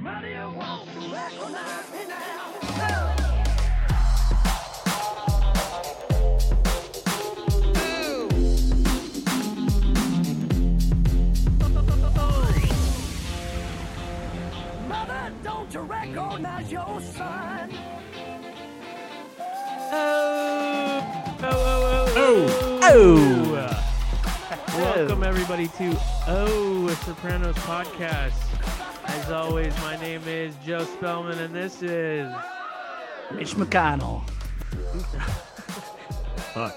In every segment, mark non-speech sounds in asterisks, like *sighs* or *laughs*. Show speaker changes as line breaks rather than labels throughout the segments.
Money I want to recognize me now. Mother, don't you recognize your son?
Oh. Oh. Welcome everybody to Oh a Sopranos podcast. As always, my name is Joe Spellman, and this is
Mitch McConnell.
Fuck.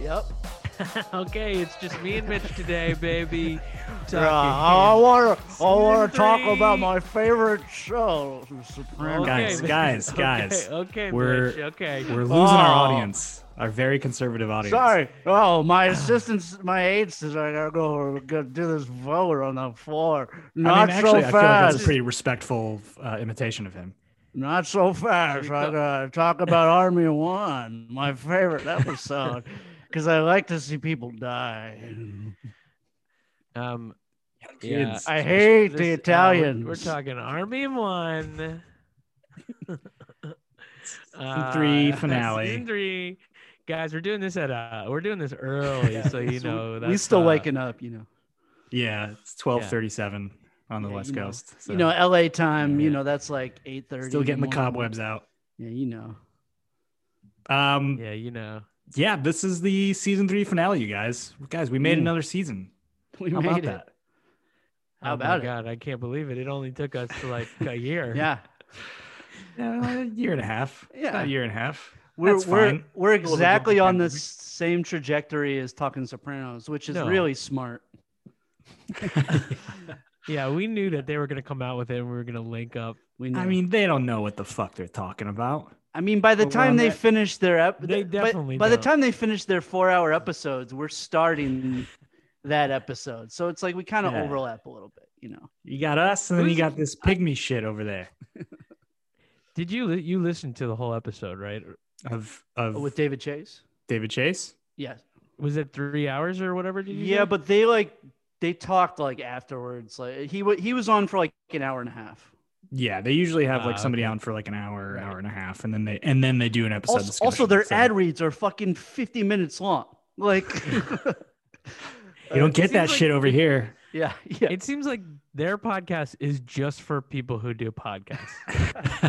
Yep.
okay. It's just me and Mitch today, baby.
Uh, I want to. I want to talk
Three.
about my favorite show, The Sopranos.
Guys,
Mitch.
*laughs*
guys, guys.
Okay, okay
We're-
Mitch. Okay.
We're losing our
Oh.
audience, our very conservative audience.
Sorry. Oh, my assistants, my aide says I gotta go, go do this vote on the floor.
I mean,
Not
actually,
so
I feel like that's
fast.
a pretty respectful uh, imitation of him.
Not so fast.
Here we
I
go.
gotta
*laughs*
talk about Army One, my favorite episode, because I like to see people die.
Um,
Kids.
yeah.
I hate the
This- uh, we're-
Italians.
we're, talking Army One.
Season three
Uh, *laughs*
finale.
season three, guys. We're doing this at uh, we're doing this early, so you
So
know
we still
uh,
waking up, you know.
Yeah, it's 12:37 on the
Yeah,
West
you know.
Coast. So
you know, L.A. time. You
Yeah.
know, that's like eight thirty.
still getting the cobwebs out.
Yeah, you know. *laughs*
Um, yeah.
Yeah, you know.
this is the season three finale, you guys. Guys, we made
Mm.
another season.
We
How
made
about
it.
that?
How
oh
about
my
it?
God, I can't believe it. It only took us like
*laughs*
a year.
Yeah,
Uh, a year and a half.
*laughs* Yeah.
About a year and a half.
we're
That's
we're
fine.
we're
little bit
exactly on the
dependent.
same trajectory as Talking Sopranos, which is
No.
really smart.
Yeah, we knew that they were gonna come out with it, and we were gonna link up.
We know.
I mean, they don't know what the fuck they're talking about.
I mean, by the
Well,
time
on
they
that-
finish their ep-
They
but-
definitely
by the
don't.
time they finish their four-hour episodes, we're starting that episode, so it's like we kind of
Yeah.
overlap a little bit, you know.
You got us, and then you
Who's-
got this pygmy shit over there
Did you li- you listen to the whole episode? Right?
of of
With David Chase,
David Chase.
yes,
Was it three hours or whatever? Did you
yeah,
say?
but they like they talked like afterwards. Like he wa he was on for like an hour and a half.
Yeah, they usually have like
Ah,
somebody
okay.
on for like an hour,
Right.
hour and a half, and then they and then they do an episode.
Also,
discussion,
also their
so
ad reads are fucking 50 minutes long.
*laughs*
Like, *laughs*
You
uh,
don't
It
get that
seems like-
shit
*laughs*
over here.
yeah, yeah.
it seems like their podcast is just for people who do podcasts.
*laughs*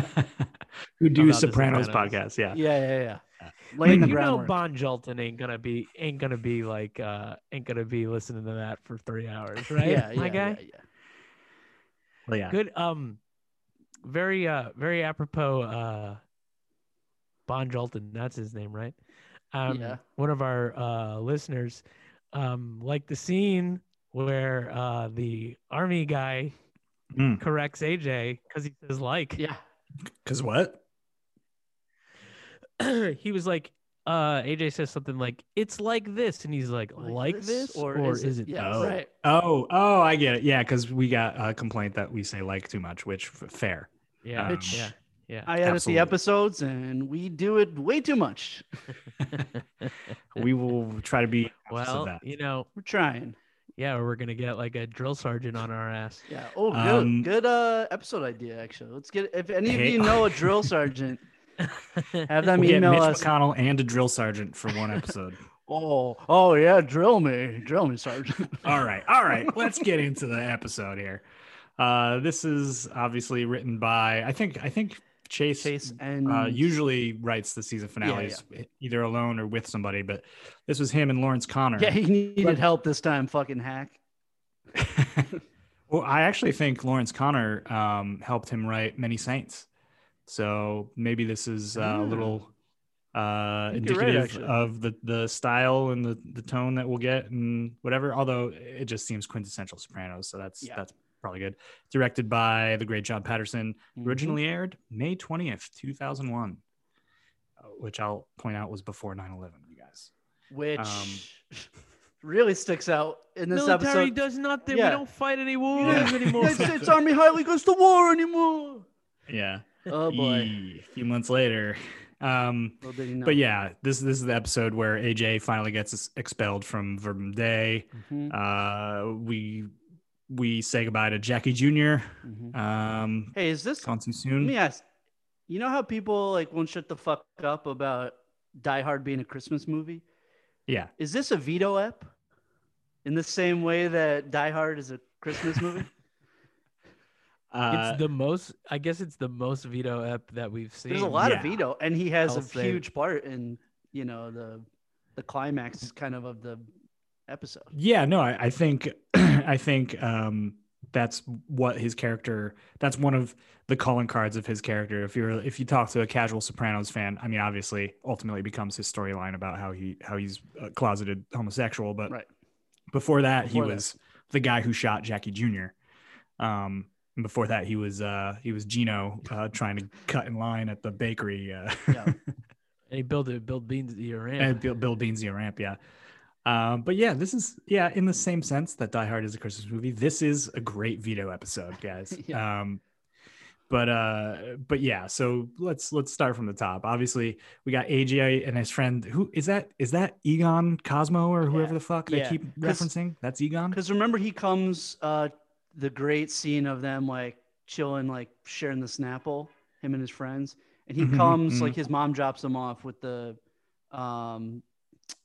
Who
About
do
the
Sopranos,
Sopranos.
podcast? Yeah.
yeah, yeah, yeah.
like
Laying the
you know,
groundwork.
Bon Jolton ain't gonna be ain't gonna be like uh ain't gonna be listening to that for three hours, right?
yeah, yeah,
my guy.
yeah, yeah.
Well, yeah.
Good. Um, very uh very apropos. Uh, Bon Jolton, that's his name, right? Um,
Yeah.
One of our uh listeners, um, like the scene where uh the army guy
Mm.
corrects AJ because he says like.
Yeah.
Cause what?
*clears throat* he was like, uh, AJ says something like, "It's like this," and he's like, "Like, this, or, is, it?"
yeah,
oh.
right.
Oh, oh, I get it. Yeah, because we got a complaint that we say like too much, which f- fair.
Yeah,
Um,
yeah, yeah.
I edit
Absolutely.
the episodes and we do it way too much.
We will try to be opposite of
well,
that.
you know,
We're trying.
yeah, we're gonna get like a drill sergeant on our ass.
Yeah. Oh, good.
Um,
good uh episode idea actually. Let's get if any of
Hey-
you know
*laughs*
a drill sergeant, have them
We'll get
email
Mitch
uh,
us.
McConnell and a drill sergeant for one episode.
Oh, oh yeah, drill me. Drill me, sergeant.
all right, all right. Let's get into the episode here. Uh, this is obviously written by I think I think Chase,
*laughs* Chase and
uh, usually writes the season finales either alone or with somebody, but this was him and Lawrence Connor.
*laughs* Yeah, he needed
But-
help this time, fucking hack.
well, I actually think Lawrence Connor um, helped him write Many Saints, so maybe this is uh, a
Ah.
little uh,
think you're right,
indicative
actually.
of the the style and the, the tone that we'll get and whatever. Although it just seems quintessential Sopranos, so that's
Yeah.
that's probably good. Directed by the great John Patterson,
Mm-hmm.
originally aired May twentieth, two thousand one, uh, which I'll point out was before 9-11, You guys.
Mm-hmm. which
um,
*laughs* really sticks out in this
Military
*laughs* episode.
does nothing. We
Yeah.
don't fight any
You
wars
*laughs* know,
anymore.
United States Army hardly goes to war anymore.
Yeah.
Oh boy.
Eee, a few months later. *laughs* Um,
Little did he know.
But yeah, this this is the episode where
Mm-hmm,
AJ finally gets ex- expelled from Verbum Day.
Mhm.
Uh, we we say goodbye to Jackie Jr.
Mhm.
Um,
Hey, is this?
Constance
Let
soon.
me ask. You know how people like won't shut the fuck up about Die Hard being a Christmas movie?
Yeah.
Is this a veto app? In the same way that Die Hard is a Christmas movie?
Uh,
it's
*laughs*
the most. I guess it's the most veto app that we've seen.
There's a lot of
Yeah.
veto, and he has
I'll
a
say-
huge part in you know the the climax kind of of the episode.
yeah, no, I, I think *clears throat* I think um, that's what his character. That's one of the calling cards of his character. If you're if you talk to a casual Sopranos fan, I mean, obviously, ultimately becomes his storyline about how he how he's a closeted homosexual. But
Right.
before that,
Before
he
that.
was the guy who shot Jackie Jr. Um, and before that, he was uh, he was Gino uh, trying to cut in line at the bakery. Uh,
Yeah.
And he built it. Built beans at your
and
ramp.
Bill, Bill Beanzio ramp, yeah. Um, but yeah, this is yeah in the same sense that Die Hard is a Christmas movie. This is a great veto episode, guys.
*laughs* Yeah.
Um, but uh, but yeah, so let's let's start from the top. Obviously, we got AJ and his friend. Who is that? Is that Egon Cosmo or whoever
Yeah.
the fuck
Yeah.
they keep
'Cause-
referencing? That's Egon.
Because remember, he comes uh, the great scene of them like chilling, like sharing the Snapple, him and his friends, and he
Mhm,
comes
mhm.
like his mom drops him off with the um,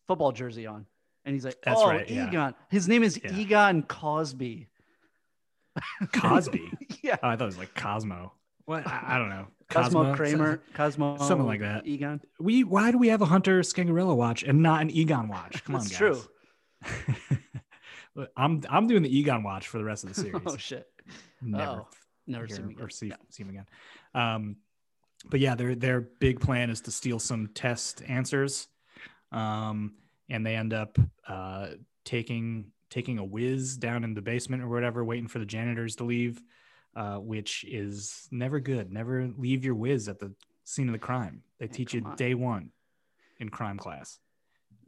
football jersey on, and he's like,
That's
"Oh,
right, yeah.
Egon." His name is
Yeah. *laughs*
Egon Cosby.
*laughs* Cosby.
yeah,
oh, I thought it was like Cosmo. What? I, I don't know.
Cosmo, Kramer, Cosmo,
something like that.
Egon.
We why do we have a Hunter Scangarella watch and not an Egon watch? Come on,
That's
guys.
true. *laughs* Oh,
Look, I'm I'm doing the Egon watch for the rest of the series.
*laughs* Oh shit!
Never
oh, Never
hear
seen me.
or
go.
see,
Yeah.
see him again. Um, but yeah, their their big plan is to steal some test answers, um, and they end up uh, taking taking a whiz down in the basement or whatever, waiting for the janitors to leave, uh, which is never good. Never leave your whiz at the scene of the crime. They
Yeah,
teach
come
you
on.
day one in crime class.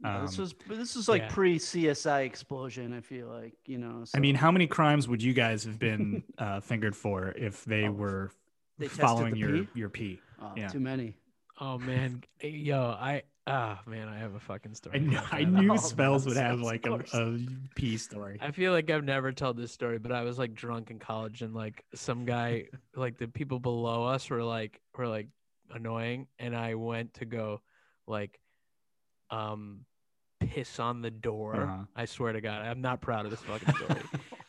No, this
Um,
was but this was like
yeah.
pre CSI explosion. I feel like you know.
I
so
mean, how many crimes would you guys have
*laughs*
been uh, fingered for if they
Oh,
were
they tested
following
the
your
pee?
your pee?
Oh,
yeah.
too many.
Oh man, yo, I ah man, I have a fucking story.
I knew,
about
I
that. *laughs*
knew *laughs*
Oh,
spells would
yes,
have
of
like a,
course.
a pee story.
I feel like I've never told this story, but I was like drunk in college, and like some
*laughs*
guy, like the people below us were like were like annoying, and I went to go, like, um, piss on the door.
Uh-huh.
I swear to God, I'm not proud of this
*laughs*
fucking story.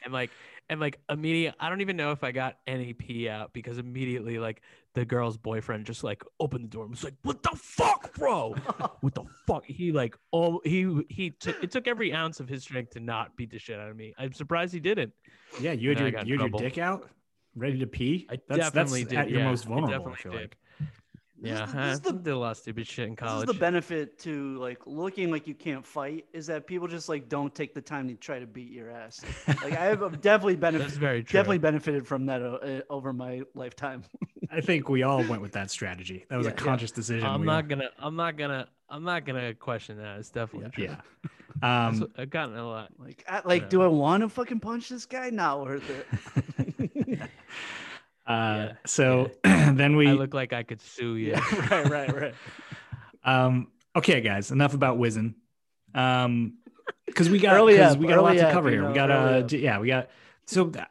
and like and like immediately, I don't even know if I got any pee out because immediately like the girl's boyfriend just like opened the door and was like, "What the fuck,
*laughs*
bro?" what the fuck? He like all he he took it took every ounce of his strength to not beat the shit out of me. I'm surprised he didn't.
Yeah, you had
And I
your
got in
you had your
trouble.
dick out, ready to pee.
I
that's
definitely
that's
did.
at your
yeah,
most
I
vulnerable. I
definitely
feel
did.
like.
This
Yeah,
is the- this is
I
the-
did a lot of stupid shit in
This is
college.
the benefit to like looking like you can't fight is that people just like don't take the time to try to beat your ass. Like I have
*laughs*
I've definitely
That's
benefited
very true.
definitely benefited from that uh, over my lifetime. *laughs*
I think we all went with that strategy. That was
Yeah,
a
yeah.
conscious decision.
I'm
We-
not gonna. I'm not gonna. I'm not gonna question that. It's definitely true. *laughs*
*laughs* Yeah.
That's
Um,
what- I've gotten a lot.
Like I, like do I want to fucking punch this guy? Not worth
*laughs*
it.
uh,
yeah,
so *clears throat* then we
I look like I could sue you.
*laughs* right, right, right.
Um, okay, guys, enough about whizzing. Um, because we got
Early
'cause
up,
we got a lot
early
to
up,
cover
you
here. we
know,
got
early
uh,
up.
j- yeah, we got. So, th-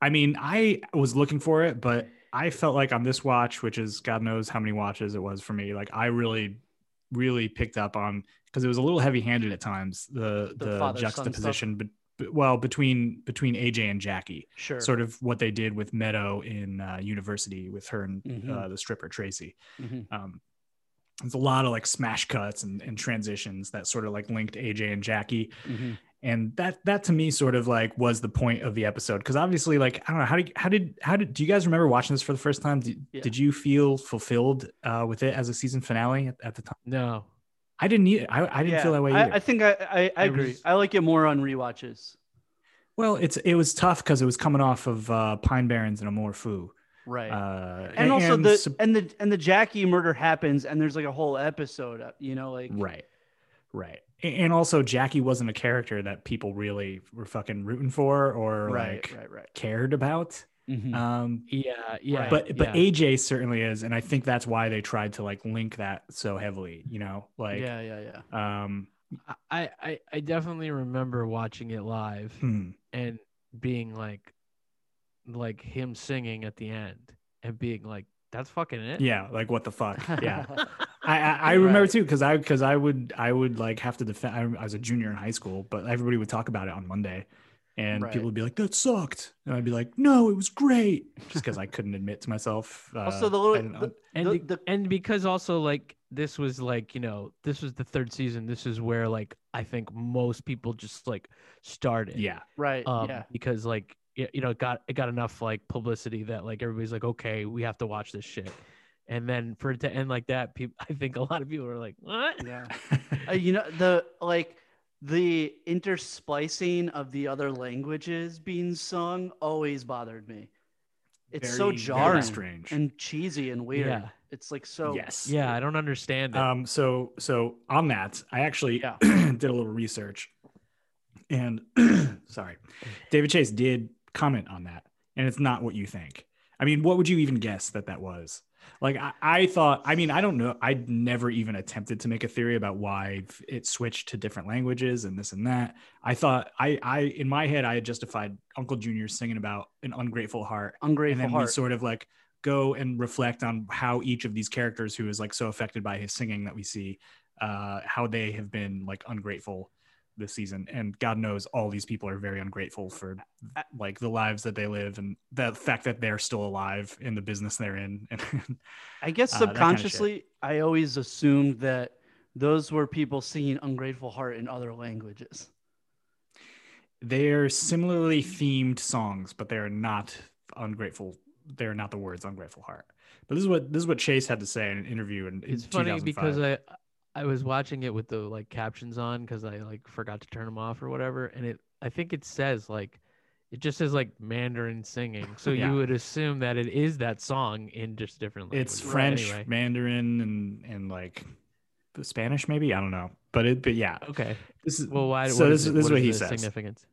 I mean, I was looking for it, but I felt like on this watch, which is God knows how many watches it was for me, like I really, really picked up on because it was a little heavy-handed at times. The
The
the,
father-son stuff.
juxtaposition, but, but well, between between AJ and Jackie
Sure.
sort of what they did with Meadow in uh, University with her and
Mhm.
uh, the stripper Tracy.
Mhm.
Um, there's a lot of like smash cuts and, and transitions that sort of like linked AJ and Jackie,
Mhm.
and that that to me sort of like was the point of the episode because obviously like I don't know how did how did how did do you guys remember watching this for the first time? Did,
Yeah.
did you feel fulfilled uh, with it as a season finale at, at the time?
No,
I didn't either. I, I didn't
Yeah,
feel that way
I,
either.
I think I I, I
It
agree.
was-
I like it more on rewatches.
well, it's it was tough because it was coming off of uh, Pine Barrens and Amor Fu.
Right.
Uh,
and also the
sup-
and the and the Jackie murder happens and there's like a whole episode up, you know, like
Right. Right. A- And also Jackie wasn't a character that people really were fucking rooting for or
right,
like
right, right.
cared about.
Mhm.
Um
yeah, yeah,
Right.
but but
yeah.
AJ certainly is and I think that's why they tried to like link that so heavily, you know, like
yeah, yeah, yeah.
um
I, I, I definitely remember watching it live,
hmm,
and being like like him singing at the end and being like that's fucking it *laughs*
Yeah, like what the fuck?
*laughs*
Yeah. I, I, I remember
Right.
too because I because I would I would like have to defend. I, I was a junior in high school, but everybody would talk about it on Monday, and
Right.
people would be like, "That sucked," and I'd be like, "No, it was great," just because I couldn't admit to myself. Uh,
Also, the
I
little
don't know.
the-
and
The-
be-
the-
and because also like this was like you know this was the third season this is where like i think most people just like started
*laughs*
yeah,
right,
um
yeah,
because like y- you know it got it got enough like publicity that like everybody's like okay we have to watch this shit and then for it to end like that people *laughs* i think a lot of people are like what
yeah. Uh, you know the like the intersplicing of the other languages being sung always bothered me. It's so
Very, very
jarring
strange.
and cheesy and weird.
Yeah.
It's like so.
yes,
yeah i don't understand it
Um, so so on that, I actually
Yeah.
*clears throat* did a little research, and *clears throat* sorry, David Chase did comment on that, and it's not what you think. I mean, what would you even guess that that was? Like I, I thought. I mean, I don't know. I'd never even attempted to make a theory about why it switched to different languages and this and that. I thought I I in my head I had justified Uncle Junior singing about an ungrateful heart and
Ungrateful
then we
heart.
sort of like go and reflect on how each of these characters who is like so affected by his singing that we see uh how they have been like ungrateful this season and god knows all these people are very ungrateful for like the lives that they live and the fact that they're still alive in the business they're in *laughs* and
I guess
uh, that kinda shit.
subconsciously, I always assumed that those were people singing "Ungrateful Heart" in other
*coughs*
languages.
they're similarly themed songs but they're not ungrateful they're not the words ungrateful heart but this is what this is what chase had to say in an interview in, in
it's funny
2005.
because i i was watching it with the like captions on because i like forgot to turn them off or whatever and it i think it says like it just says like mandarin singing so
Yeah.
you would assume that it is that song in just different languages
it's
but
French,
anyway.
Mandarin, and and like Spanish, maybe I don't know, but it but yeah,
okay
this is
well why
So
what
this-
it-
this is what he
the
says.
significance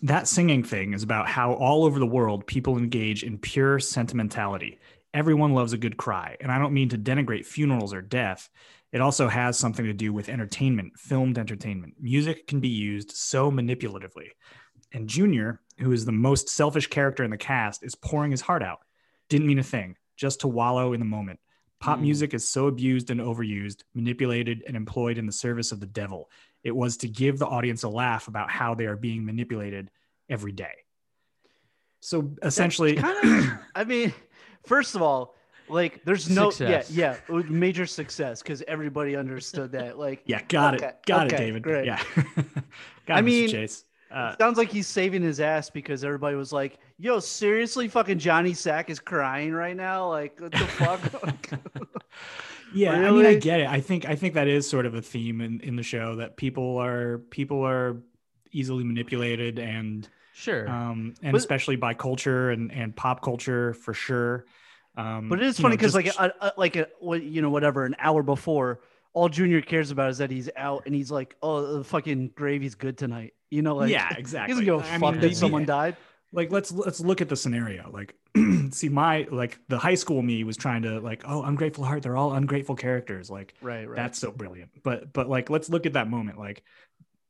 that singing thing is about how all over the world people engage in pure sentimentality. Everyone loves a good cry, and I don't mean to denigrate funerals or death. It also has something to do with entertainment, filmed entertainment. Music can be used so manipulatively. And Junior, who is the most selfish character in the cast, is pouring his heart out. Didn't mean a thing, just to wallow in the moment. Pop
Hmm.
music is so abused and overused, manipulated and employed in the service of the devil. It was to give the audience a laugh about how they are being manipulated every day. So essentially,
kinda- I mean, first of all, like there's no
Success.
yeah yeah it was major success because everybody understood
*laughs*
that. Like
yeah, got
Okay,
it, got it,
okay,
David.
great.
Yeah, *laughs* got
I
it, Mr.
mean,
Chase. Uh,
Sounds like he's saving his ass because everybody was like, "Yo, seriously, fucking Johnny Sack is crying right now. Like, what
*laughs*
the fuck?" *laughs*
yeah i mean i
Really?
get it i think i think that is sort of a theme in, in the show that people are people are easily manipulated and
sure
um and
But-
especially by culture and and pop culture for sure um
but it is
you know,
funny because, like,
just-
a, a, like, a, what you know, whatever, an hour before, all Junior cares about is that he's out and he's like, "Oh, the fucking gravy's good tonight." *laughs* You know, like,
yeah
he
exactly
doesn't give a
I mean,
fuck
the-
that someone
the-
died.
like let's let's look at the scenario like *clears throat* see my like the high school me was trying to like oh ungrateful heart they're all ungrateful characters like
Right, right.
that's so brilliant but but like let's look at that moment like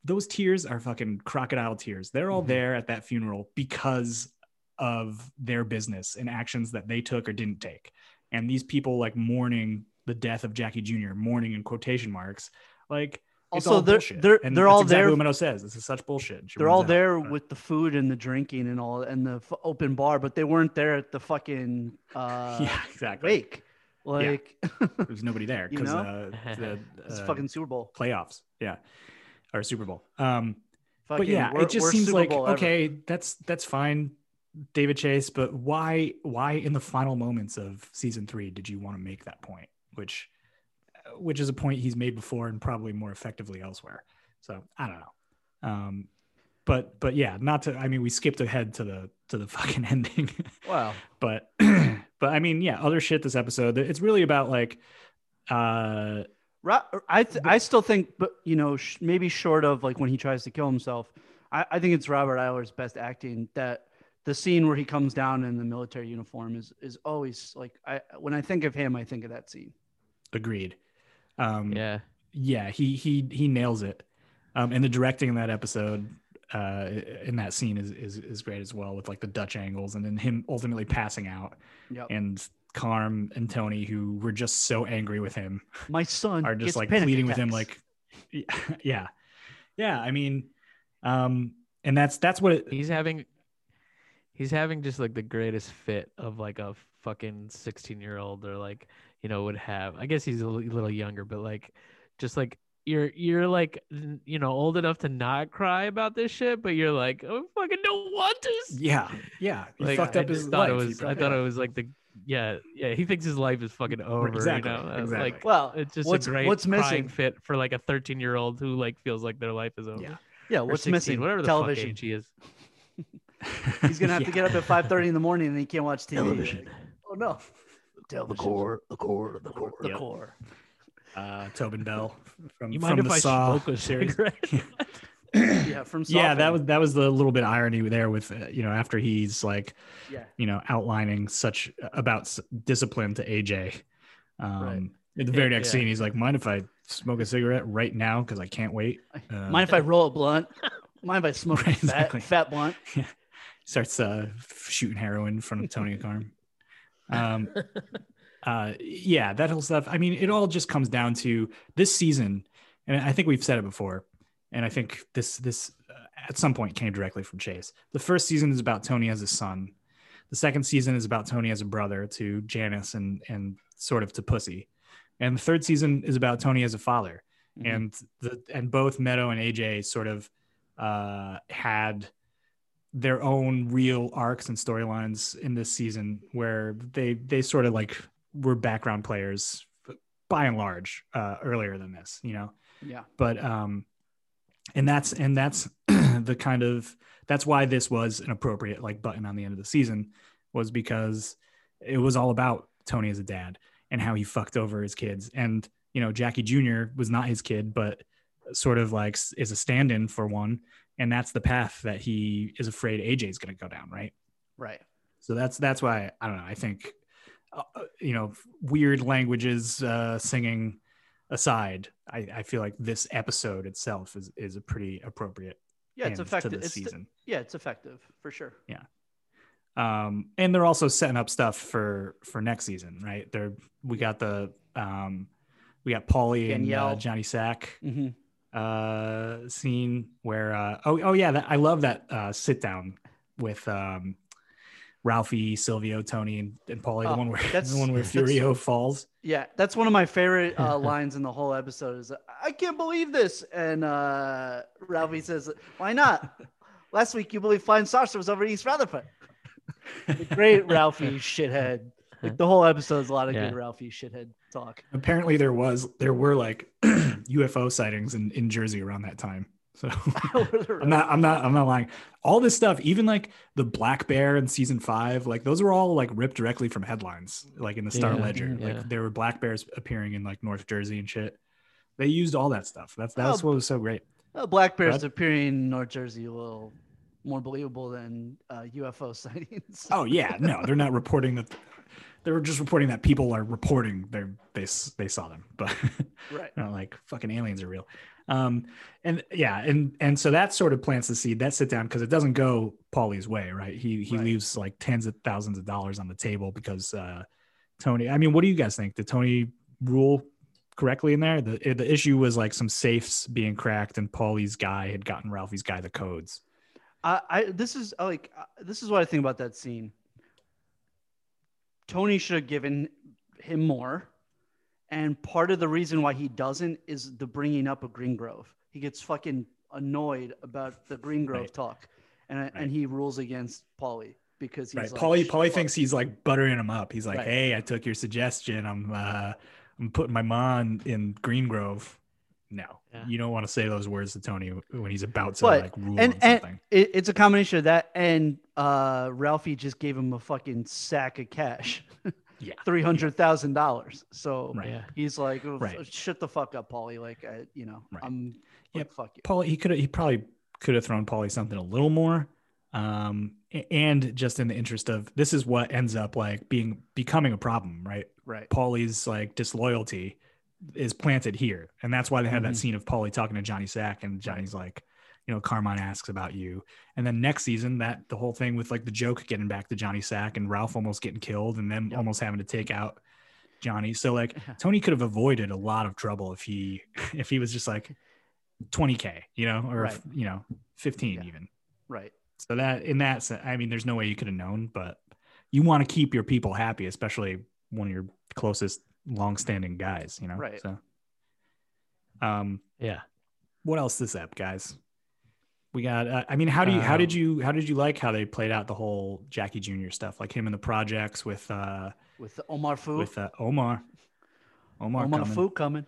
those tears are fucking crocodile tears they're all
Mm-hmm.
Mhm.
there at that funeral because of their business and actions that they took or didn't take and these people like mourning the death of jackie jr mourning in quotation marks like it's
Also,
all
they're-
bullshit.
they're-
And
they're
that's
all
exactly
there-
what Meadow says this is such bullshit and she
They're
runs
all
out.
there
Uh,
with the food and the drinking and all and the f- open bar, but they weren't there at the fucking uh,
*laughs* *laughs* yeah exactly
wake. Like *laughs*
there's nobody there
You
because
know?
uh, the
*laughs* it's
uh,
fucking Super Bowl.
playoffs yeah or super bowl um
Fucking,
but yeah,
wor-
it just
worst
seems
Super
like
Bowl ever.
okay, that's that's fine, David Chase. But why why in the final moments of season three did you want to make that point? Which which is a point he's made before and probably more effectively elsewhere. So I don't know. Um, but but yeah, not to. I mean, we skipped ahead to the to the *laughs* fucking ending.
Wow.
but *clears throat* but I mean, yeah, other shit this episode. It's really about like uh
Ro- I th- I still think, but you know, sh- maybe short of like when he tries to kill himself, I, I think it's Robert Eiler's best acting. That the scene where he comes down in the military uniform is is always like I when I think of him, I think of that scene.
agreed. Um,
yeah
yeah he he he nails it um and the directing in that episode uh, in that scene is, is is great as well with like the Dutch angles and then him ultimately passing out
Yep.
and Carm and Tony who were just so angry with him
My son
are just
gets
like
panic
pleading with him
attacks.
like *laughs* yeah yeah I mean um and that's that's what it,
He's having he's having just like the greatest fit of like a fucking 16 year old or like you know would have i guess he's a li- little younger but like just like you're you're like n- you know old enough to not cry about this shit but you're like oh I fucking don't want to s-"
yeah yeah he
like
fucked
I
up
just
his
thought
life.
it
He
was i
fucked
thought
up.
it was like the yeah yeah he thinks his life is fucking over
Exactly,
you know That's,
exactly.
like
well,
it's just
what's,
a great
what's
crying
missing?
fit for like a 13 year old who like feels like their life is over
Yeah.
Yeah,
Or
what's
16,
missing?
whatever the fuck
television.
age he is
He's gonna have
*laughs*
to
Yeah.
get up at five thirty
*laughs*
in the morning and he can't watch TV. Like, oh no,
The core, the core, the core.
the
Yep.
core.
uh, Tobin Bell from,
You mind if
from the
I
Saw.
smoke a cigarette?
Yeah, from
Yeah, that
Soften.
was that was the little bit of irony there with uh, you know after he's like
yeah.
you know outlining such uh, about s- discipline to AJ. Um,
Right.
At the very
Yeah,
next
yeah.
scene, he's like, "Mind if I smoke a cigarette right now? Because I can't wait." Uh,
Mind if I roll a blunt? Mind if I
*laughs*
smoke
Right,
a fat,
exactly.
fat blunt?
starts uh, shooting heroin in front of Tony Carm. Um, uh, yeah, that whole stuff. I mean, it all just comes down to this season, and I think we've said it before, and I think this this uh, at some point came directly from Chase. The first season is about Tony as a son. The second season is about Tony as a brother to Janice and and sort of to Pussy, and the third season is about Tony as a father.
Mhm.
And the and both Meadow and AJ sort of uh, had their own real arcs and storylines in this season where they they sort of like were background players by and large uh, earlier than this you know
Yeah.
but um and that's and that's *clears throat* the kind of that's why this was an appropriate like button on the end of the season was because it was all about tony as a dad and how he fucked over his kids and you know jackie jr was not his kid but sort of like s- is a stand-in for one and that's the path that he is afraid aj's going to go down right
Right.
so that's that's why I don't know. I think uh, you know, weird languages uh, singing aside, I, I feel like this episode itself is is a pretty appropriate
Yeah, it's
end
effective.
to this
It's th-
season.
yeah, it's effective for sure.
um, and they're also setting up stuff for for next season, right? They're we got the um, we got Paulie and uh,
Danielle.
Johnny Sack
Mm-hmm.
uh, scene where uh, oh oh yeah, that, I love that uh, sit down with um, Ralphie, Silvio, Tony, and, and Paulie.
Oh,
the one where *laughs*
that's-
the one where
that's-
Furio falls.
Yeah, that's one of my favorite uh,
*laughs*
lines in the whole episode. Is I can't believe this, and uh, Ralphie says,
*laughs*
"Why not? Last week you believed flying saucer was over East Rutherford." The great Ralphie shithead. Like the whole episode is a lot of
Yeah.
good Ralphie shithead talk. *laughs*
Apparently, there was there were like *clears throat* UFO sightings in, in Jersey around that time. So *laughs* I'm not I'm not I'm not lying. All this stuff, even like the black bear in season five, like those were all like ripped directly from headlines, like in the Star
Yeah,
Ledger.
yeah.
Like there were black bears appearing in like North Jersey and shit. They used all that stuff. That's that's
Oh.
what was so great.
Uh, black bears
Brad?
appearing in North Jersey a little more believable than uh, UFO *laughs* sightings.
Oh yeah, no, they're not reporting that. They were just reporting that people are reporting they they s- they saw them, but *laughs*
right.
not like fucking aliens are real. Um, and yeah, and and so that sort of plants the seed. That sit down because it doesn't go Paulie's way, right? He he
Right.
leaves like tens of thousands of dollars on the table because uh, Tony. I mean, what do you guys think? Did Tony rule correctly in there? The the issue was like some safes being cracked, and Paulie's guy had gotten Ralphie's guy the codes.
I, I this is uh, like uh, this is what I think about that scene. Tony should have given him more, and part of the reason why he doesn't is the bringing up of Green Grove. He gets fucking annoyed about the Green Grove
Right.
talk, and and he rules against Paulie because he's
Right.
like,
Paulie
"Shh,
Paulie
fuck."
thinks he's like buttering him up. He's like,
Right.
"Hey, I took your suggestion. I'm uh I'm putting my mom in Green Grove." No.
Yeah.
You don't want to say those words to Tony when he's about to
But-
like rule
and
on
and
something.
it, it's a combination of that and uh Ralphie just gave him a fucking sack of cash,
Yeah.
*laughs* three hundred thousand dollars. So
*laughs* Right.
Yeah.
he's like, "Oh, f-
Right.
shut the fuck up, Paulie. Like, I, you know,
Right.
I'm
Yeah,
like, fuck you.
Paulie he could he probably could have thrown Paulie something a little more. Um a- and just in the interest of this is what ends up like being becoming a problem, right?
Right.
Paulie's like disloyalty is planted here, and that's why they had
Mhm.
Mm-hmm.
that scene of Paulie talking to Johnny Sack, and Johnny's like, you know Carmine asks about you, and then next season that the whole thing with like the joke getting back to Johnny Sack and Ralph almost getting killed and them
Yep.
almost having to take out Johnny. So like
*laughs*
Tony could have avoided a lot of trouble if he *laughs* if he was just like 20k, you know, or
Right.
you know 15
Yeah.
even.
right.
So that in that sense, I mean, there's no way you could have known, but you want to keep your people happy, especially one of your closest long-standing guys, you know.
Right.
So, um, yeah. What else this app, guys? We got. Uh, I mean, how do you? how did
Um,
you? How did you like how they played out the whole Jackie Jr. stuff, like him in the projects with uh
With the Omar Fu,
with uh, Omar. Omar,
Omar
coming.
Fu coming.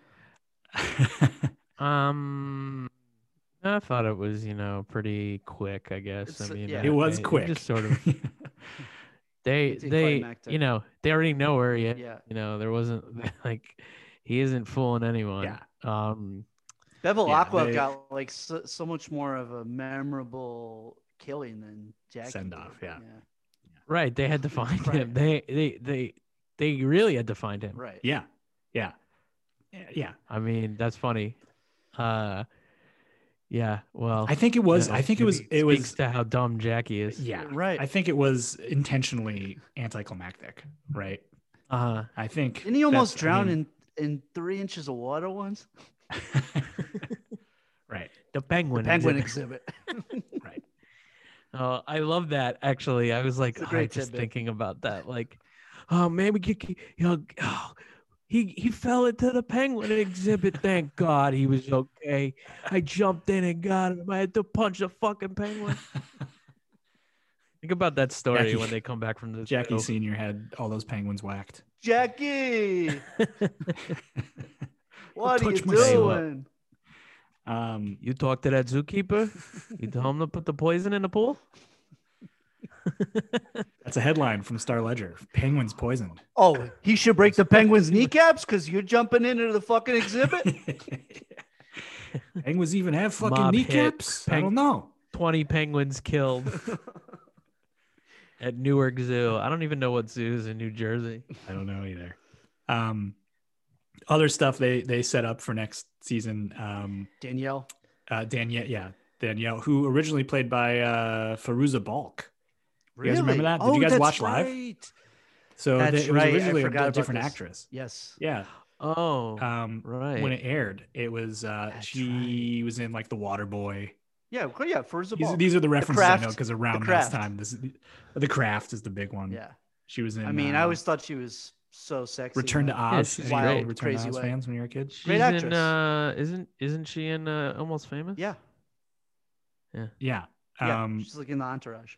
Um, I thought it was you know pretty quick. I guess.
It's, uh,
I mean,
yeah.
*laughs* it was
they- they
quick.
Just sort
*laughs*
of. They
It's
they
anticlimactic.
you know they already know where he is.
Yeah.
You know there wasn't *laughs* like he isn't fooling anyone.
Yeah.
Um.
Bevel
Yeah,
Aqua
they-
got like so, so much more of a memorable killing than Jackie.
Send
did.
off, yeah.
Right. They had to find
Right.
him. They they they they really had to find him.
Right.
yeah, yeah, yeah.
I mean that's funny. Uh. Yeah. Well.
I think it was.
you know,
I think it was.
maybe
It
speaks
was.
to how dumb Jackie is.
Yeah.
Right.
I think it was intentionally anticlimactic, right?
Uh.
I think.
Didn't he almost drown in in three inches of water once?
in? right.
The penguin.
Penguin
exhibit.
exhibit.
*laughs*
Oh, I love that. Actually, I was like,
It's a
oh,
great
just
tidbit.
thinking about that. Like, oh man, we get, you know, oh, he he fell into the penguin exhibit. Thank God he was okay. I jumped in and got him. I had to punch the fucking penguin. *laughs* Think about that story
Jackie-
when they come back from the
Jackie
show.
Oh.
Senior had all those penguins whacked. *laughs*
Jackie, what are you
touch my seal.
doing?
um,
You talk to that zookeeper. You tell him to put the poison in the pool.
that's a headline from Star Ledger: Penguins poisoned. *laughs*
Oh, he should break the penguin's kneecaps because you're jumping into the fucking exhibit.
penguins even have fucking
Mob hit.
kneecaps. I
Peng-
don't know.
Twenty penguins killed at Newark Zoo. I don't even know what zoo is in New Jersey.
I don't know either. Um, other stuff they they set up for next season. Um,
*laughs* Danielle,
uh, Danielle, yeah, Danielle, who originally played by uh, Farouza Balk. You guys remember
Really?
that? Did you guys
Oh, that's
watch live?
right.
So
That's
they, it was
right. I
originally a
forgot
a
about
different
this.
actress.
Yes.
Yeah.
Oh,
Um,
right.
When it aired, it was uh,
That's
she was in like The Water Boy.
Yeah. well, Yeah. First of
These,
all,
these are the references I know
Craft.
because
The
around this
Craft.
time, this The Craft is the big one.
yeah.
She was in.
I mean, I
uh,
always thought she was so sexy.
Return to
but-
Oz.
she's
Any
great.
Return
Crazy
to Oz
way.
fans when you were a kid.
She's
Great
In,
actress.
uh, isn't isn't she in uh, Almost Famous?
Yeah.
Yeah.
Yeah.
Um,
She's like in the entourage.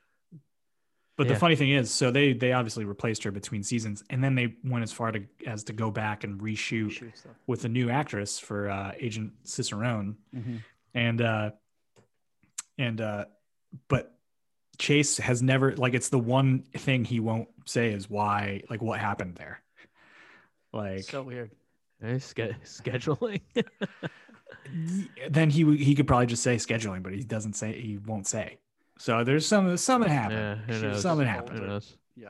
But the
Yeah.
funny thing is, so they they obviously replaced her between seasons, and then they went as far to, as to go back and reshoot
She shoots stuff.
with a new actress for uh, Agent Cicerone, and uh, and uh, but Chase has never like it's the one thing he won't say is why like what happened there, like
so weird.
Eh, ske- scheduling. *laughs*
then he would- he could probably just say scheduling, but he doesn't say he won't say. So there's some something
yeah,
happened.
who
She's
knows?
Something
Who
happened.
knows?
Yeah.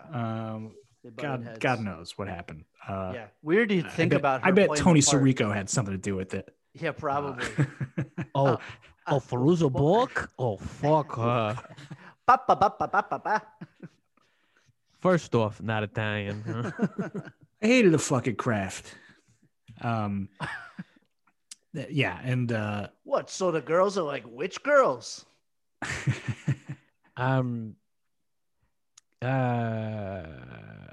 Um,
They butted
God
heads.
God knows what happened. Uh,
Yeah. Weird to
I
think
bet,
about her.
I bet
playing the
Tony
part.
Sirico Uh, had something to do with it. Uh, *laughs*
Yeah, probably.
Oh,
oh,
Faruza
Balk?
Oh,
*laughs*
fuck her.
Ba, ba, ba, ba, ba, ba,
First off, not Italian. huh? *laughs*
ba.
I hated the fucking craft.
*laughs*
Um, th- yeah, and uh,
what? So the girls are like witch girls?
um, uh,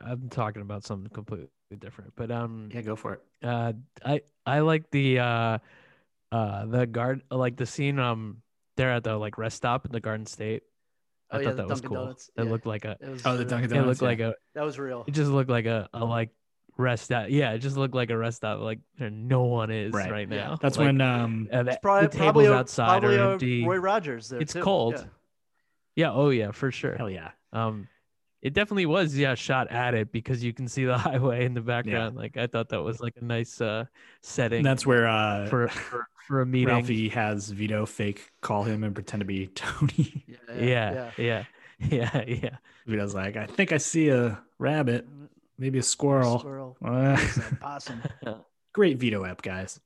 I'm talking about something completely different, but um,
yeah, go for it.
uh, I I like the uh, uh, the guard like the scene um, they're at the like rest stop in the Garden State. I
Oh, yeah,
thought
the
that was
Dunkin'
cool.
Donuts,
It
yeah.
looked like a
It was
Oh, the
real.
Dunkin'
it
Donuts.
looked like a
That was real.
It just looked like a, a like rest stop. Yeah, it just looked like a rest stop. Like there no one is
Right.
right,
Yeah.
now.
That's
Like,
when um,
uh, the,
It's probably,
the tables
probably a-
outside
probably
are
a
empty.
Roy Rogers there.
It's
too.
cold.
Yeah.
yeah. Oh yeah, for sure.
hell yeah,
Um, it definitely was. Yeah, shot at it because you can see the *laughs* highway in the background. Like I thought that was like a nice uh setting
that's where uh,
for, for for a meeting.
Ralphie has Vito fake call him and pretend to be *laughs* Tony.
Yeah.
yeah, yeah, *laughs* yeah, yeah,
Vito's like, I think I see a rabbit, maybe a squirrel.
Squirrel.
Uh,
It's a possum.
*laughs* great Vito app, guys.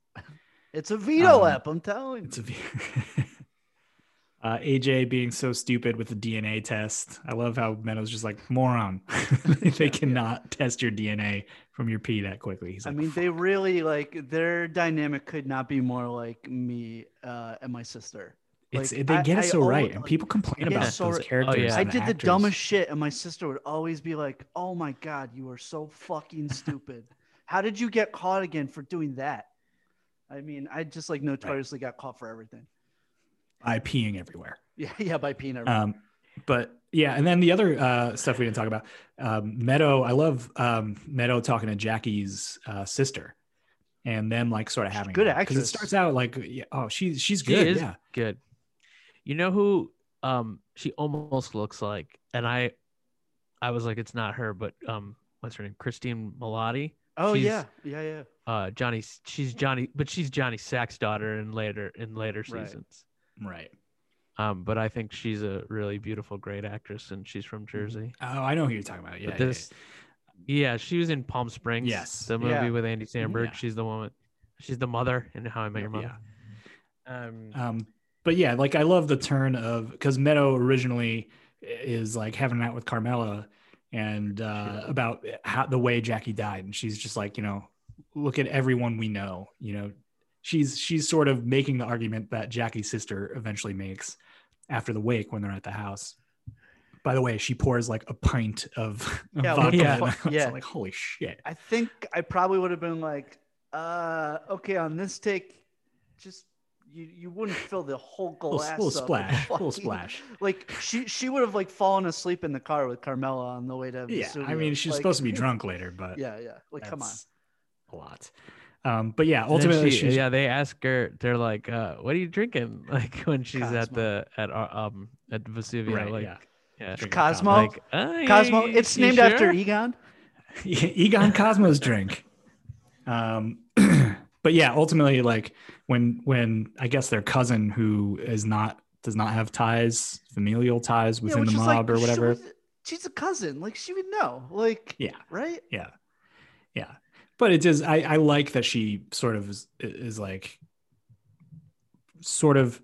It's a veto
Um,
app. I'm telling you.
It's a V- *laughs* Uh, AJ being so stupid with the DNA test. I love how Meadows just like moron. *laughs* they cannot test your DNA from your pee that quickly. He's
I
like,
mean, they really like their dynamic could not be more like me uh, and my sister.
it's
like,
they
I-
get it
I
so right,
always-
and people complain
I get it
about
so
those
right. Oh,
characters.
yeah.
and
I did the
actors.
dumbest shit, and my sister would always be like, "Oh my god, you are so fucking stupid. How did you get caught again for doing that?" I mean, I just like notoriously got caught for everything. *laughs*
by peeing everywhere.
Yeah, yeah, by peanut.
Um, but yeah, and then the other uh, stuff we didn't talk about. Um, Meadow, I love um, Meadow talking to Jackie's uh, sister, and them like sort of having
good
because it
actress.
starts out like, yeah, oh, she's she's
She
good,
is
yeah.
good. You know who um she almost looks like, and I I was like, it's not her, but um what's her name? Christine Milotti.
oh
she's-
yeah, yeah, yeah.
Uh Johnny she's Johnny but she's Johnny Sack's daughter in later in later
Right.
seasons.
Right.
Um, but I think she's a really beautiful, great actress and she's from Jersey.
Oh, I know who you're talking about. Yeah.
but
yeah,
this yeah she was in palm springs
Yes.
the movie
Yeah.
with andy samberg
Yeah.
she's the woman she's the mother in how i met your
yeah.
mother um
Um, but yeah, like I love the turn of because Meadow originally is like having it out with Carmela and uh, about how the way Jackie died, and she's just like, you know, look at everyone we know. You know, she's she's sort of making the argument that Jackie's sister eventually makes after the wake when they're at the house. By the way, she pours like a pint of, *laughs* of
Yeah, what
vodka.
the
and
fuck-
I was
yeah.
like holy shit.
I think I probably would have been like, uh, okay, on this take, just you you wouldn't fill the whole
Little, little
glass. up
*laughs*
with
splash, little
fucking-
splash.
*laughs* Like she she would have like fallen asleep in the car with Carmela on the way to.
Yeah, I
Vesuvio.
mean, she's
Like,
supposed
*laughs*
to be drunk later, but
Yeah, yeah. Like, come on.
That's a lot. Um, but yeah,
and then
ultimately,
she-
she's, *laughs*
yeah they ask her they're like uh what are you drinking *laughs* like when she's at
Cosmo.
the at our um at vesuvia
right,
like
yeah.
yeah,
Drinking
Cosmo.
like uh,
Cosmo,
you-
it's
you
named after
sure?
Egon.
E-, Egon Cosmo's drink. Um, *clears throat* but yeah, ultimately, like when when I guess their cousin who is not does not have ties, familial ties
Yeah,
within
which
the
is
mob
like,
or
she
whatever.
was- she's a cousin. Like she would know. Like
Yeah.
right.
yeah yeah but it is i i like that she sort of is, is like sort of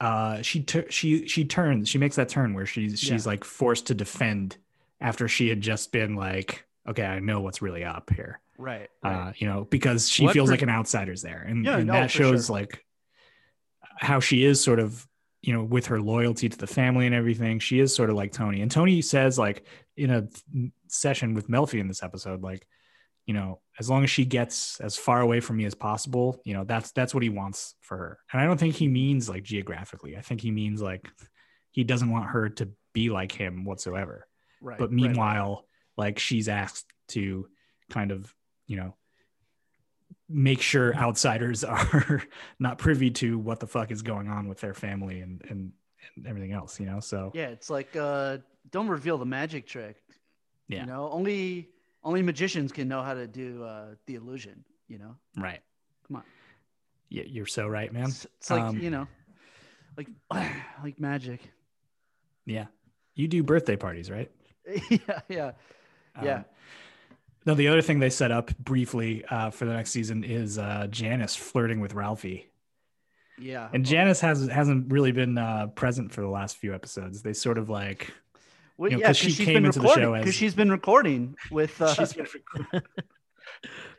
uh she tur she she turns she makes that turn where she's she's like forced to defend after she had just been like okay i know what's really up here
Right.
uh you know because she
What
feels
per-
like an outsider's there and,
Yeah,
and
no,
that
for
shows
sure.
like how she is sort of you know with her loyalty to the family and everything she is sort of like tony and tony says like in a th- session with melfi in this episode like you know as long as she gets as far away from me as possible you know that's that's what he wants for her and i don't think he means like geographically i think he means like he doesn't want her to be like him whatsoever
right.
but meanwhile like she's asked to kind of you know make sure outsiders *laughs* are not privy to what the fuck is going on with their family and and, and everything else you know so
Yeah, it's like uh, don't reveal the magic trick.
Yeah.
You know, only only magicians can know how to do uh, the illusion. You know,
right
Come on.
yeah you're so right man
it's, it's like
Um,
you know, like *sighs* like magic. *laughs*
yeah you do birthday parties right
yeah, yeah, yeah.
Um, now the other thing they set up briefly uh, for the next season is uh, Janice flirting with Ralphie
yeah.
and Janice has hasn't really been uh, present for the last few episodes they sort of like
Well,
you know,
yeah,
'cause she
she's
came
been
into the show
recording. Because
as-
she's been recording with.
*laughs*
Uh,
she's been
*laughs*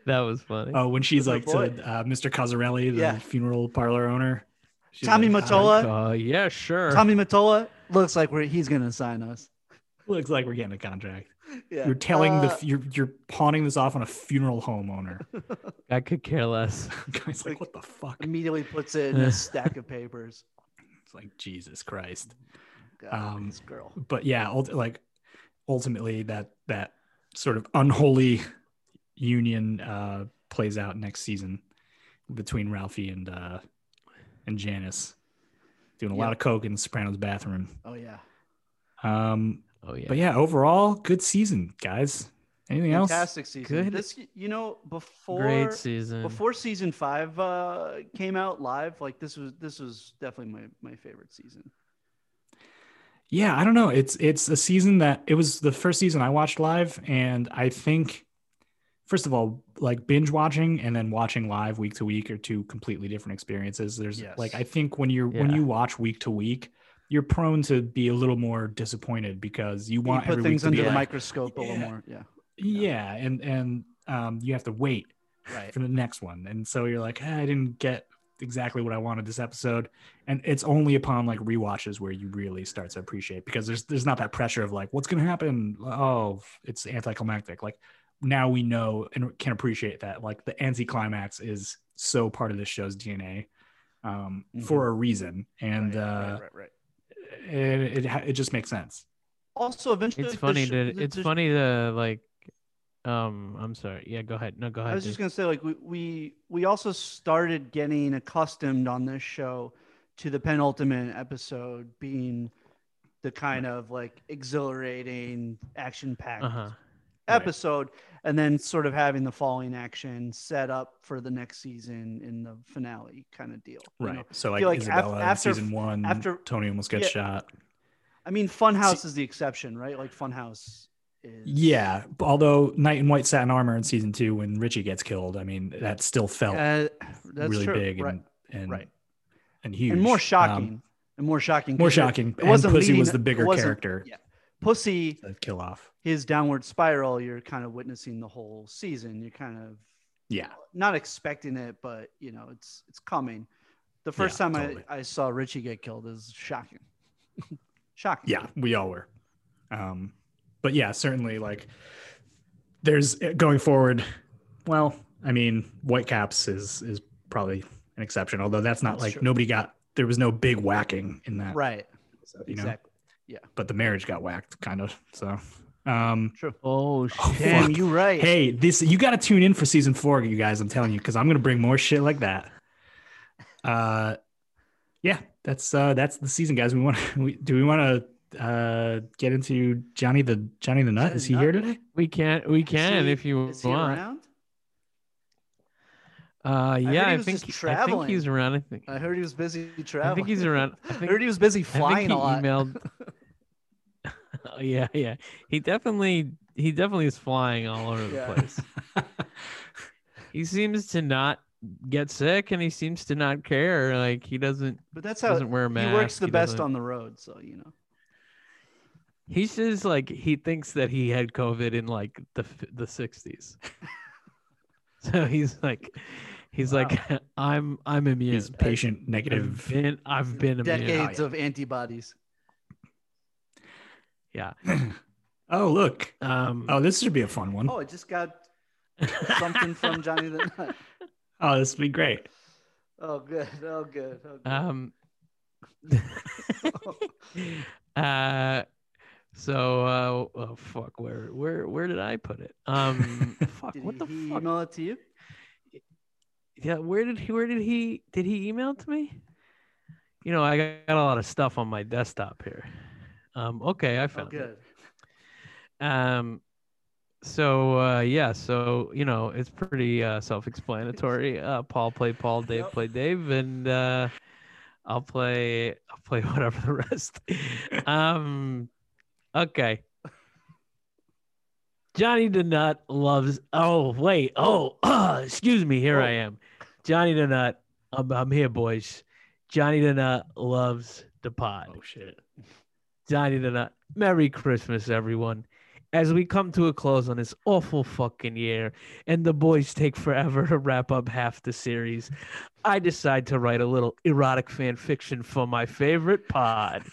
that was funny
*laughs*
Oh, when she's
her
like to
boy.
uh, Mr. Cosarelli, the
Yeah.
funeral parlor owner. She's
Tommy
like, "Ah,
Mottola.
uh, yeah sure
Tommy Mottola looks like we're, he's gonna sign us.
"Ah, looks like we're getting a contract.
Yeah.
You're telling
Uh,
the you're you're pawning this off on a funeral home owner.
*laughs*
i could care less
*laughs* Guy's like,
Like-
what the fuck?
immediately puts
*laughs*
it in a stack of papers.
It's like Jesus Christ.
God,
Um,
this girl.
But yeah, ult- like ultimately that that sort of unholy union uh, plays out next season between Ralphie and uh, and Janice, doing a
Yeah.
lot of coke in the Sopranos bathroom.
Oh yeah.
Um,
oh yeah
But yeah, overall, good season, guys. Anything else?
Fantastic season.
Good.
This you know before
great season
before season five uh, came out live, like this was this was definitely my, my favorite season.
Yeah, I don't know. It's it's a season that it was the first season I watched live, and I think first of all, like binge watching and then watching live week to week are two completely different experiences. There's
Yes.
like I think when you're when
Yeah.
you watch week to week, you're prone to be a little more disappointed because you
You
want
put
every
things
week to be
under the
like,
microscope a little
"Yeah."
more. Yeah.
yeah, and and um, you have to wait
Right.
for the next one, and so you're like, "Ah, I didn't get exactly what I wanted this episode, and it's only upon like rewatches where you really start to appreciate because there's there's not that pressure of like what's gonna happen. Oh, it's anticlimactic. Like now we know and can appreciate that like the anticlimax is so part of this show's DNA um,
Mhm.
for a reason, and
right,
uh,
right, right, right.
it, it ha- it just makes sense.
Also, eventually,
It's
the
funny
sh-
to
the-
it's
the sh-
funny to like um I'm sorry. Yeah, go ahead. No, go ahead.
I was
Dave.
just gonna say, like we, we we also started getting accustomed on this show to the penultimate episode being the kind of like exhilarating, action-packed
uh-huh.
episode, and then sort of having the falling action set up for the next season in the finale kind of deal. you
Right.
know?
so like,
feel like af-
Isabella in
after-
season one,
after-
after Tony almost gets
Yeah.
shot.
I mean, Funhouse is the exception, right? Like Funhouse is
Yeah. b- Although Knight in White Satin Armor in season two, when Richie gets killed, I mean, that still felt
Uh, that's
really
true.
big
right.
and, and,
right.
and huge.
and more
Um,
shocking and more shocking
more
'cause it-
shocking.
it wasn't
and Pussy
leading-
was the
it
bigger
wasn't-
character
yeah. pussy
to kill off.
his downward spiral you're kind of witnessing the whole season you're kind of
Yeah.
not expecting it but you know it's it's coming the first
Yeah,
time
totally.
I, I saw richie get killed is shocking *laughs* shocking
Yeah. We all were. Um, but yeah, certainly like there's uh, going forward. Well, I mean, White Caps is, is probably an exception, although that's not
That's
like
true.
nobody got, there was no big whacking in that.
right
episode, you know?
exactly
but the marriage got whacked kind of so um
*laughs*
Oh shit.
damn
fuck.
you right
hey this you got to tune in for season four you guys i'm telling you because i'm gonna bring more shit like that uh yeah that's uh that's the season guys we want *laughs* we do we want to uh get into johnny the johnny the nut
Johnny
is he
Nut?
here today
We can't we
Is
can
he-
if you
is he
want.
around
Uh yeah,
he
I
was
think,
just
he- I think he's
traveling.
around. I think
i heard he was busy traveling
I think he's around. I
*laughs* I
think,
heard he was busy
I think
flying
he
a lot
emailed.
*laughs*
*laughs* oh, yeah, yeah. He definitely he definitely is flying all over
Yeah.
the place. he seems to not get sick and he seems to not care. Like he doesn't
but that's how
doesn't wear a mask.
he works the best
doesn't-
on the road so you know
He's just like he thinks that he had COVID in like the f- the
*laughs*
sixties. so he's like, he's like, *laughs* I'm I'm immune.
he's patient
I've
negative
been I've been immune.
decades of
*laughs*
antibodies
oh look
Um,
oh this should be a fun one.
oh i just got something from johnny the nut
oh this would be great
Oh good, *laughs* oh good, oh good. *laughs*
Um. uh. So, uh, oh fuck, where, where, where did I put it?
*laughs*
Um, fuck,
Did
what the
he
fuck?
email it to you? Oh,
Yeah, where did he? Where did he? Did he email to me? You know, I got, got a lot of stuff on my desktop here. Um. Okay, I
Oh
found it.
good.
Um, so uh, yeah, so you know, it's pretty uh, self-explanatory.
*laughs*
Uh, Paul played Paul, Dave
Yep.
played Dave, and uh, I'll play I'll play *laughs* whatever the rest. um, okay. Johnny the Nut loves. Oh wait. Oh, *clears throat* uh, excuse me. Here I
Oh.
am. Johnny the Nut. I'm, I'm here, boys. Johnny the Nut loves the pod.
oh shit
Johnny the Nut. Merry Christmas, everyone. As we come to a close on this awful fucking year, and the boys take forever *laughs* to wrap up half the series, I decide to write a little erotic fan fiction for my favorite pod.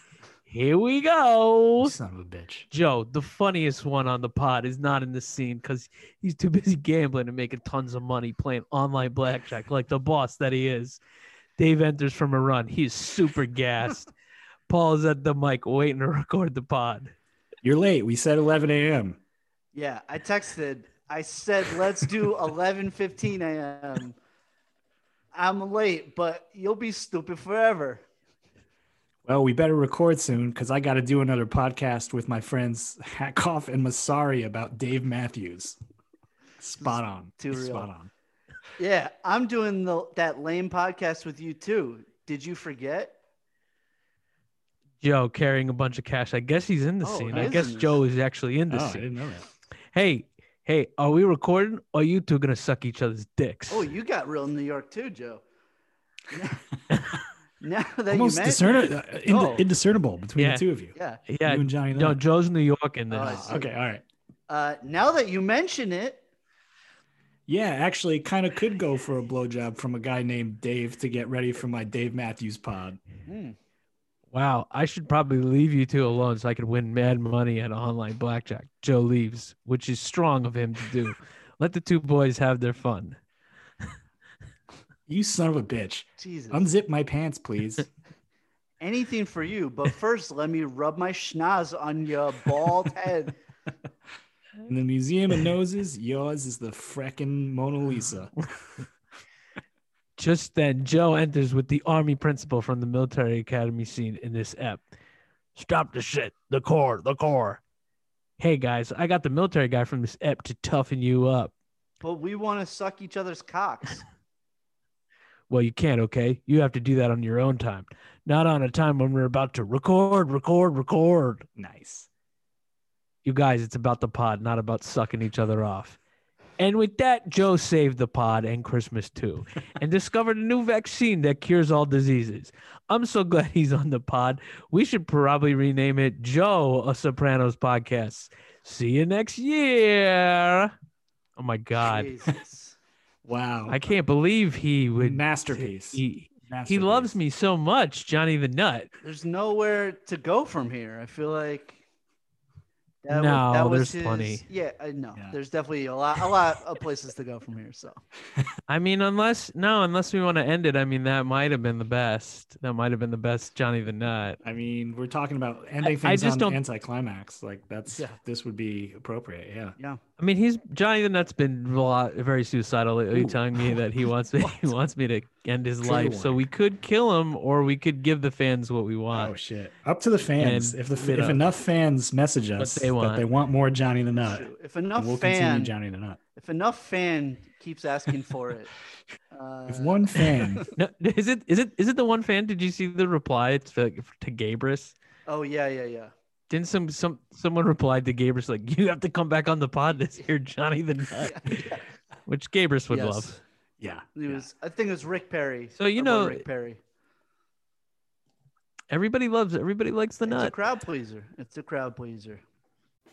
Here we go.
you son of a bitch
Joe, the funniest one on the pod, is not in the scene because he's too busy gambling and making tons of money playing online blackjack like the boss that he is. Dave enters from a run. He's super
*laughs*
gassed. Paul is at the mic waiting to record the pod.
you're late we said 11 a.m
Yeah, I texted. I said let's
*laughs*
do eleven fifteen AM. I'm late, but you'll be stupid forever.
Well, we better record soon because I got to do another podcast with my friends Hackoff and Masari about Dave Matthews. Spot on.
Too real.
Spot on.
Yeah, I'm doing the that lame podcast with you too. Did you forget?
Joe carrying a bunch of cash. I guess he's in the
Oh,
scene.
he
I
is
guess
in the
Joe is actually in
Oh,
the
I
scene.
didn't know that.
Hey, hey, are we recording? Or are you two gonna suck each other's dicks? *laughs*
Oh, you got real New York too, Joe. Now *laughs* that you
Almost
mention
discerni-
it.
uh, ind-
Oh.
indiscernible between
Yeah.
the two of you.
Yeah.
Yeah,
You and Johnny.
no,
Lemon.
Joe's New York in this.
Oh, I
Ah, okay, all right.
Uh, now that you mention it,
Yeah, actually, kind of could go for a blowjob from a guy named Dave to get ready for my Dave Matthews pod.
hmm,
Wow, I should probably leave you two alone so I could win mad money at online blackjack. Joe leaves, which is strong of him to do. Let the two boys have their fun.
You son of a bitch!
Jesus,
Unzip my pants, please.
anything for
*laughs*
you. But first, let me rub my schnoz on your bald head.
In the Museum of Noses, yours is the freckin' Mona
*laughs*
Lisa.
Just then, Joe enters with the army principal from the military academy scene in this ep. Stop the shit. The core, the core. Hey guys, I got the military guy from this ep to toughen you up.
But we want to suck each other's cocks.
Well, you can't, okay? You have to do that on your own time, not on a time when we're about to record, record, record.
Nice.
You guys, it's about the pod, not about sucking each other off. And with that, Joe saved the pod and Christmas too, and discovered a new vaccine that cures all diseases. I'm so glad *laughs* he's on the pod. We should probably rename it Joe, a Sopranos podcast. See you next year. Oh my God.
Jesus.
Wow.
I can't believe he would.
masterpiece.
He, he
Masterpiece.
loves me so much, Johnny the Nut.
There's nowhere to go from here. I feel like. wa-
No, there's plenty.
Yeah, I know.
Yeah.
There's definitely a lot, a lot of places to go from here. So
I mean, unless no, unless we want to end it. I mean, that might have been the best. That might have been the best Johnny the Nut.
I mean, we're talking about ending
I- I
things
just
on
don't-
anticlimax. Like that's
Yeah.
this would be appropriate. Yeah.
I mean, he's Johnny the Nut's been a lot, very suicidal lately,
Ooh.
telling me that
*laughs*
he wants me, he wants me to end his
Trigger
life. So
warning.
we could kill him, or we could give the fans what we
Oh
want.
shit! Up to the fans.
Uh, And
If the f-
lit
if
up.
enough fans message
What
us
they
that
want.
they want more Johnny the Nut,
shoot, if enough
we'll
fan,
continue Johnny the Nut.
if enough fan keeps asking for it, uh,
*laughs* If
*laughs*
one fan,
No, *laughs* is it is it is it the one fan? Did you see the reply to, to Gabris?
oh yeah, yeah, yeah.
Didn't some some someone replied to Gabris like, "You have to come back on the pod this year, Johnny
*laughs*
the Nut," which Gabris would
Yes.
love.
yeah,
It
yeah.
was, I think it was Rick Perry.
So, you
Or
know,
Rick Perry.
Everybody loves. Everybody likes the
It's a
nut.
crowd pleaser. It's a crowd pleaser.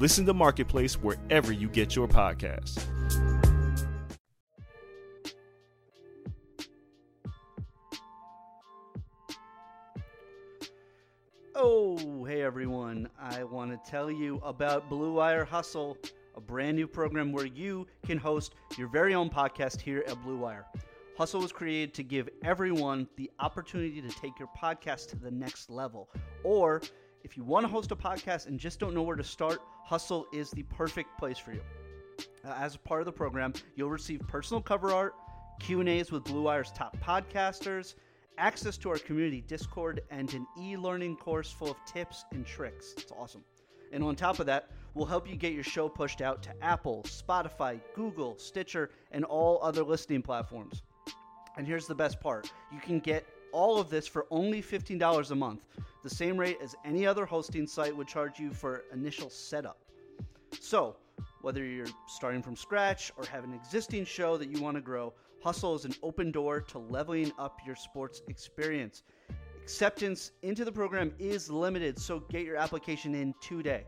Listen to Marketplace wherever you get your podcasts.
Oh, hey everyone. I want to tell you about Blue Wire Hustle, a brand new program where you can host your very own podcast here at Blue Wire. Hustle was created to give everyone the opportunity to take your podcast to the next level. Or if you want to host a podcast and just don't know where to start, Hustle is the perfect place for you. Uh, as a part of the program, you'll receive personal cover art, Q&As with Blue Wire's top podcasters, access to our community Discord, and an e-learning course full of tips and tricks. It's awesome. And on top of that, we'll help you get your show pushed out to Apple, Spotify, Google, Stitcher, and all other listening platforms. And here's the best part you can get all of this for only $15 a month, the same rate as any other hosting site would charge you for initial setup. So, whether you're starting from scratch or have an existing show that you want to grow, Hustle is an open door to leveling up your sports experience. Acceptance into the program is limited, so get your application in today.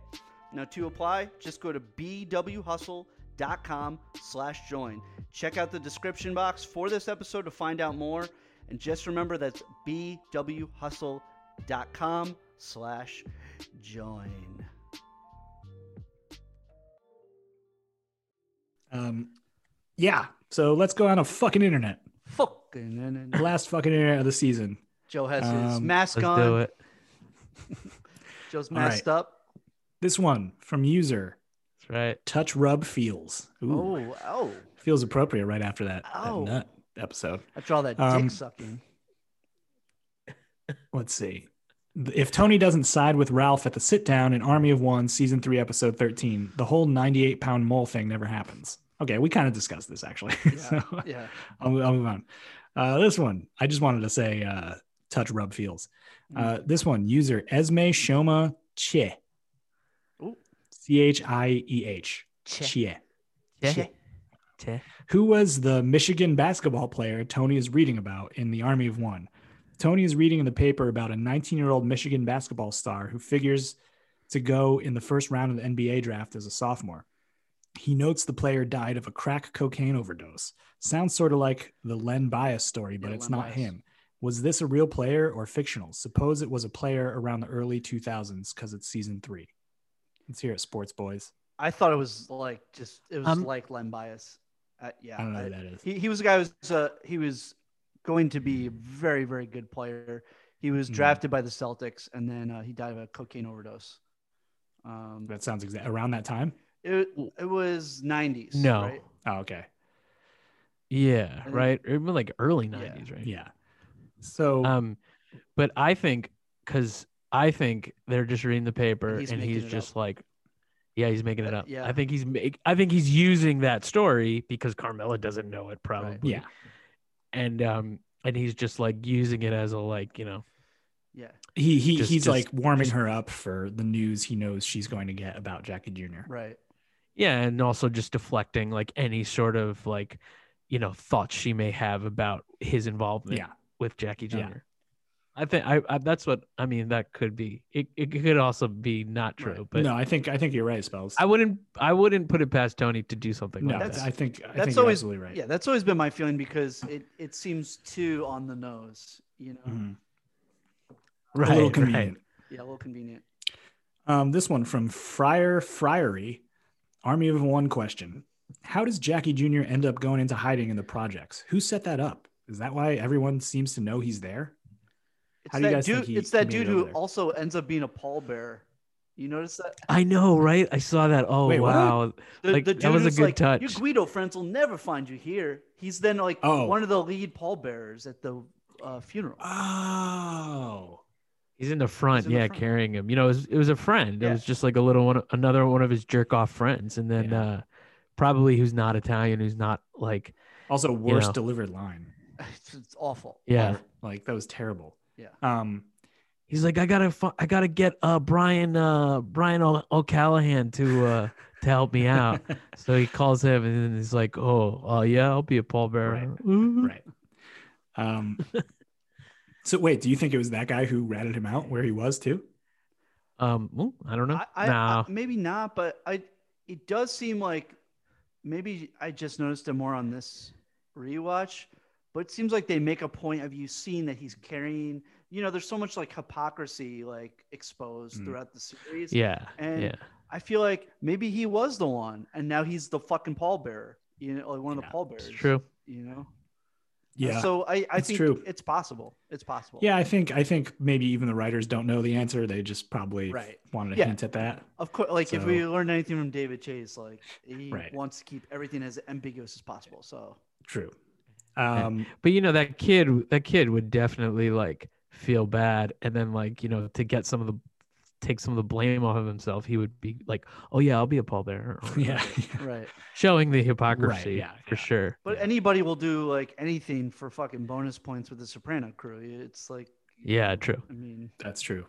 Now, to apply, just go to bwhustle.com slash join. Check out the description box for this episode to find out more. And just remember that's bwhustle.com slash join.
Um, yeah. So let's go on a fucking internet.
Fucking and- and-
The last fucking internet of the season.
Joe has his
Um,
mask
Let's
on.
do it.
Joe's
All right.
masked up.
This one from user
That's right.
Touch Rub Feels. Ooh,
Oh, oh.
feels appropriate right after that, that
Ow.
nut episode. *laughs*
After all that
Um,
dick sucking.
Let's see. if Tony doesn't side with Ralph at the sit down in Army of One, season three, episode 13, the whole 98 pound mole thing never happens. Okay, we kind of discussed this actually. *laughs* so
Yeah.
I'll, I'll move on. Uh, this one, I just wanted to say, uh, touch rub feels. Uh,
Mm.
this one, user Esme Shoma Che.
Ooh.
C H I E H. Chie.
Che. Che.
Who was the Michigan basketball player Tony is reading about in The Army of One? Tony is reading in the paper about a 19 year old Michigan basketball star who figures to go in the first round of the NBA draft as a sophomore. He notes the player died of a crack cocaine overdose. Sounds sort of like the Len Bias story, but
Yeah,
it's
Len
not
Bias.
him. Was this a real player or fictional? Suppose it was a player around the early 2000s because it's season three. Let's hear it, sports boys.
I thought it was like just it was
Um,
like Len Bias. Uh, yeah,
I don't know who
I-
that is.
he he was a guy who was uh, he was going to be a very very good player. He was
Mhm.
drafted by the Celtics and then uh, he died of a cocaine overdose. Um,
That sounds exact around that time.
it, it was 90s.
No.
right?
Oh, okay.
Yeah,
think-
right. It was like early
Yeah.
nineties, right?
Yeah. So
Um, but I think because I think they're just reading the paper
he's
and
making
he's
it up.
just like, yeah, he's making it
Uh,
up.
yeah.
I think he's make, I think he's using that story because Carmela doesn't know it probably.
yeah,
and um, and he's just like using it as a like you know
Yeah,
he he
Just-
he's
just-
like warming
just-
her up for the news he knows she's going to get about Jackie Jr.
right.
yeah, and also just deflecting like any sort of like you know thoughts she may have about his involvement
Yeah.
with Jackie Jr.
Yeah.
I think I, I that's what I mean. That could be. It, it could also be not true, but
no, I think I think you're right, Spells.
I wouldn't. I wouldn't put it past Tony to do something
no,
like
that's-
that.
I think I
that's
think you're
always-
absolutely right.
Yeah, that's always been my feeling because it it seems too on the nose. You know,
Mhm.
Right,
a little
right.
convenient.
yeah, a little convenient.
Um, this one from Friar Friary, Army of One question: How does Jackie Jr. end up going into hiding in the projects? Who set that up? Is that why everyone seems to know he's there?
It's
How do
that
you guys
dude.
think he
it's that
made it
dude who
over there?
also ends up being a pallbearer. You notice that?
I know, right? I saw that. Oh
Wait, what?
wow,
The,
Like,
the
that
dude
was a
who's
good
like, Your
touch.
Guido friends will never find you here. He's then like
Oh.
one of the lead pallbearers at the uh, funeral. *laughs*
Oh,
he's in the front.
in the
yeah,
front.
carrying him. You know, it was, it was a friend. It
Yeah.
was just like a little one, another one of his jerk off friends, and then
Yeah.
uh, probably who's not Italian, who's not like
also worst
know.
delivered line.
It's, it's awful.
yeah.
like that was terrible.
Yeah.
Um.
He's like, I gotta, fu- I gotta get uh Brian, uh Brian O- O'Callahan to uh to help me out. so he calls him, and then he's like, Oh, uh, yeah, I'll be a pallbearer.
Right,
Ooh.
*laughs* right. Um, so wait, do you think it was that guy who ratted him out where he was too?
Um, ooh, I don't know.
I, I,
no,
I- maybe not, but I it does seem like maybe I just noticed it more on this rewatch, but it seems like they make a point of you seeing that he's carrying. You know, there's so much like hypocrisy like exposed
Mm.
throughout the series.
yeah,
and
yeah.
I feel like maybe he was the one, and now he's the fucking pallbearer. You know, like one of
Yeah,
the pallbearers.
It's true.
You know.
Yeah.
So I, I
it's
think
true.
it's possible. It's possible.
yeah, I think I think maybe even the writers don't know the answer. They just probably
Right.
wanted to
Yeah.
hint at that.
Of course, like if
So-
we learned anything from David Chase, like he
Right.
wants to keep everything as ambiguous as possible. So
True. Um, *laughs*
But you know that kid, that kid would definitely like feel bad, and then like you know to get some of the, take some of the blame off of himself, he would be like, "Oh yeah, I'll be a pallbearer," *laughs* or
yeah.
right,
showing the hypocrisy
yeah,
for
yeah.
sure.
but anybody will do like anything for fucking bonus points with the Soprano crew. It's like
Yeah, true.
I mean,
That's true.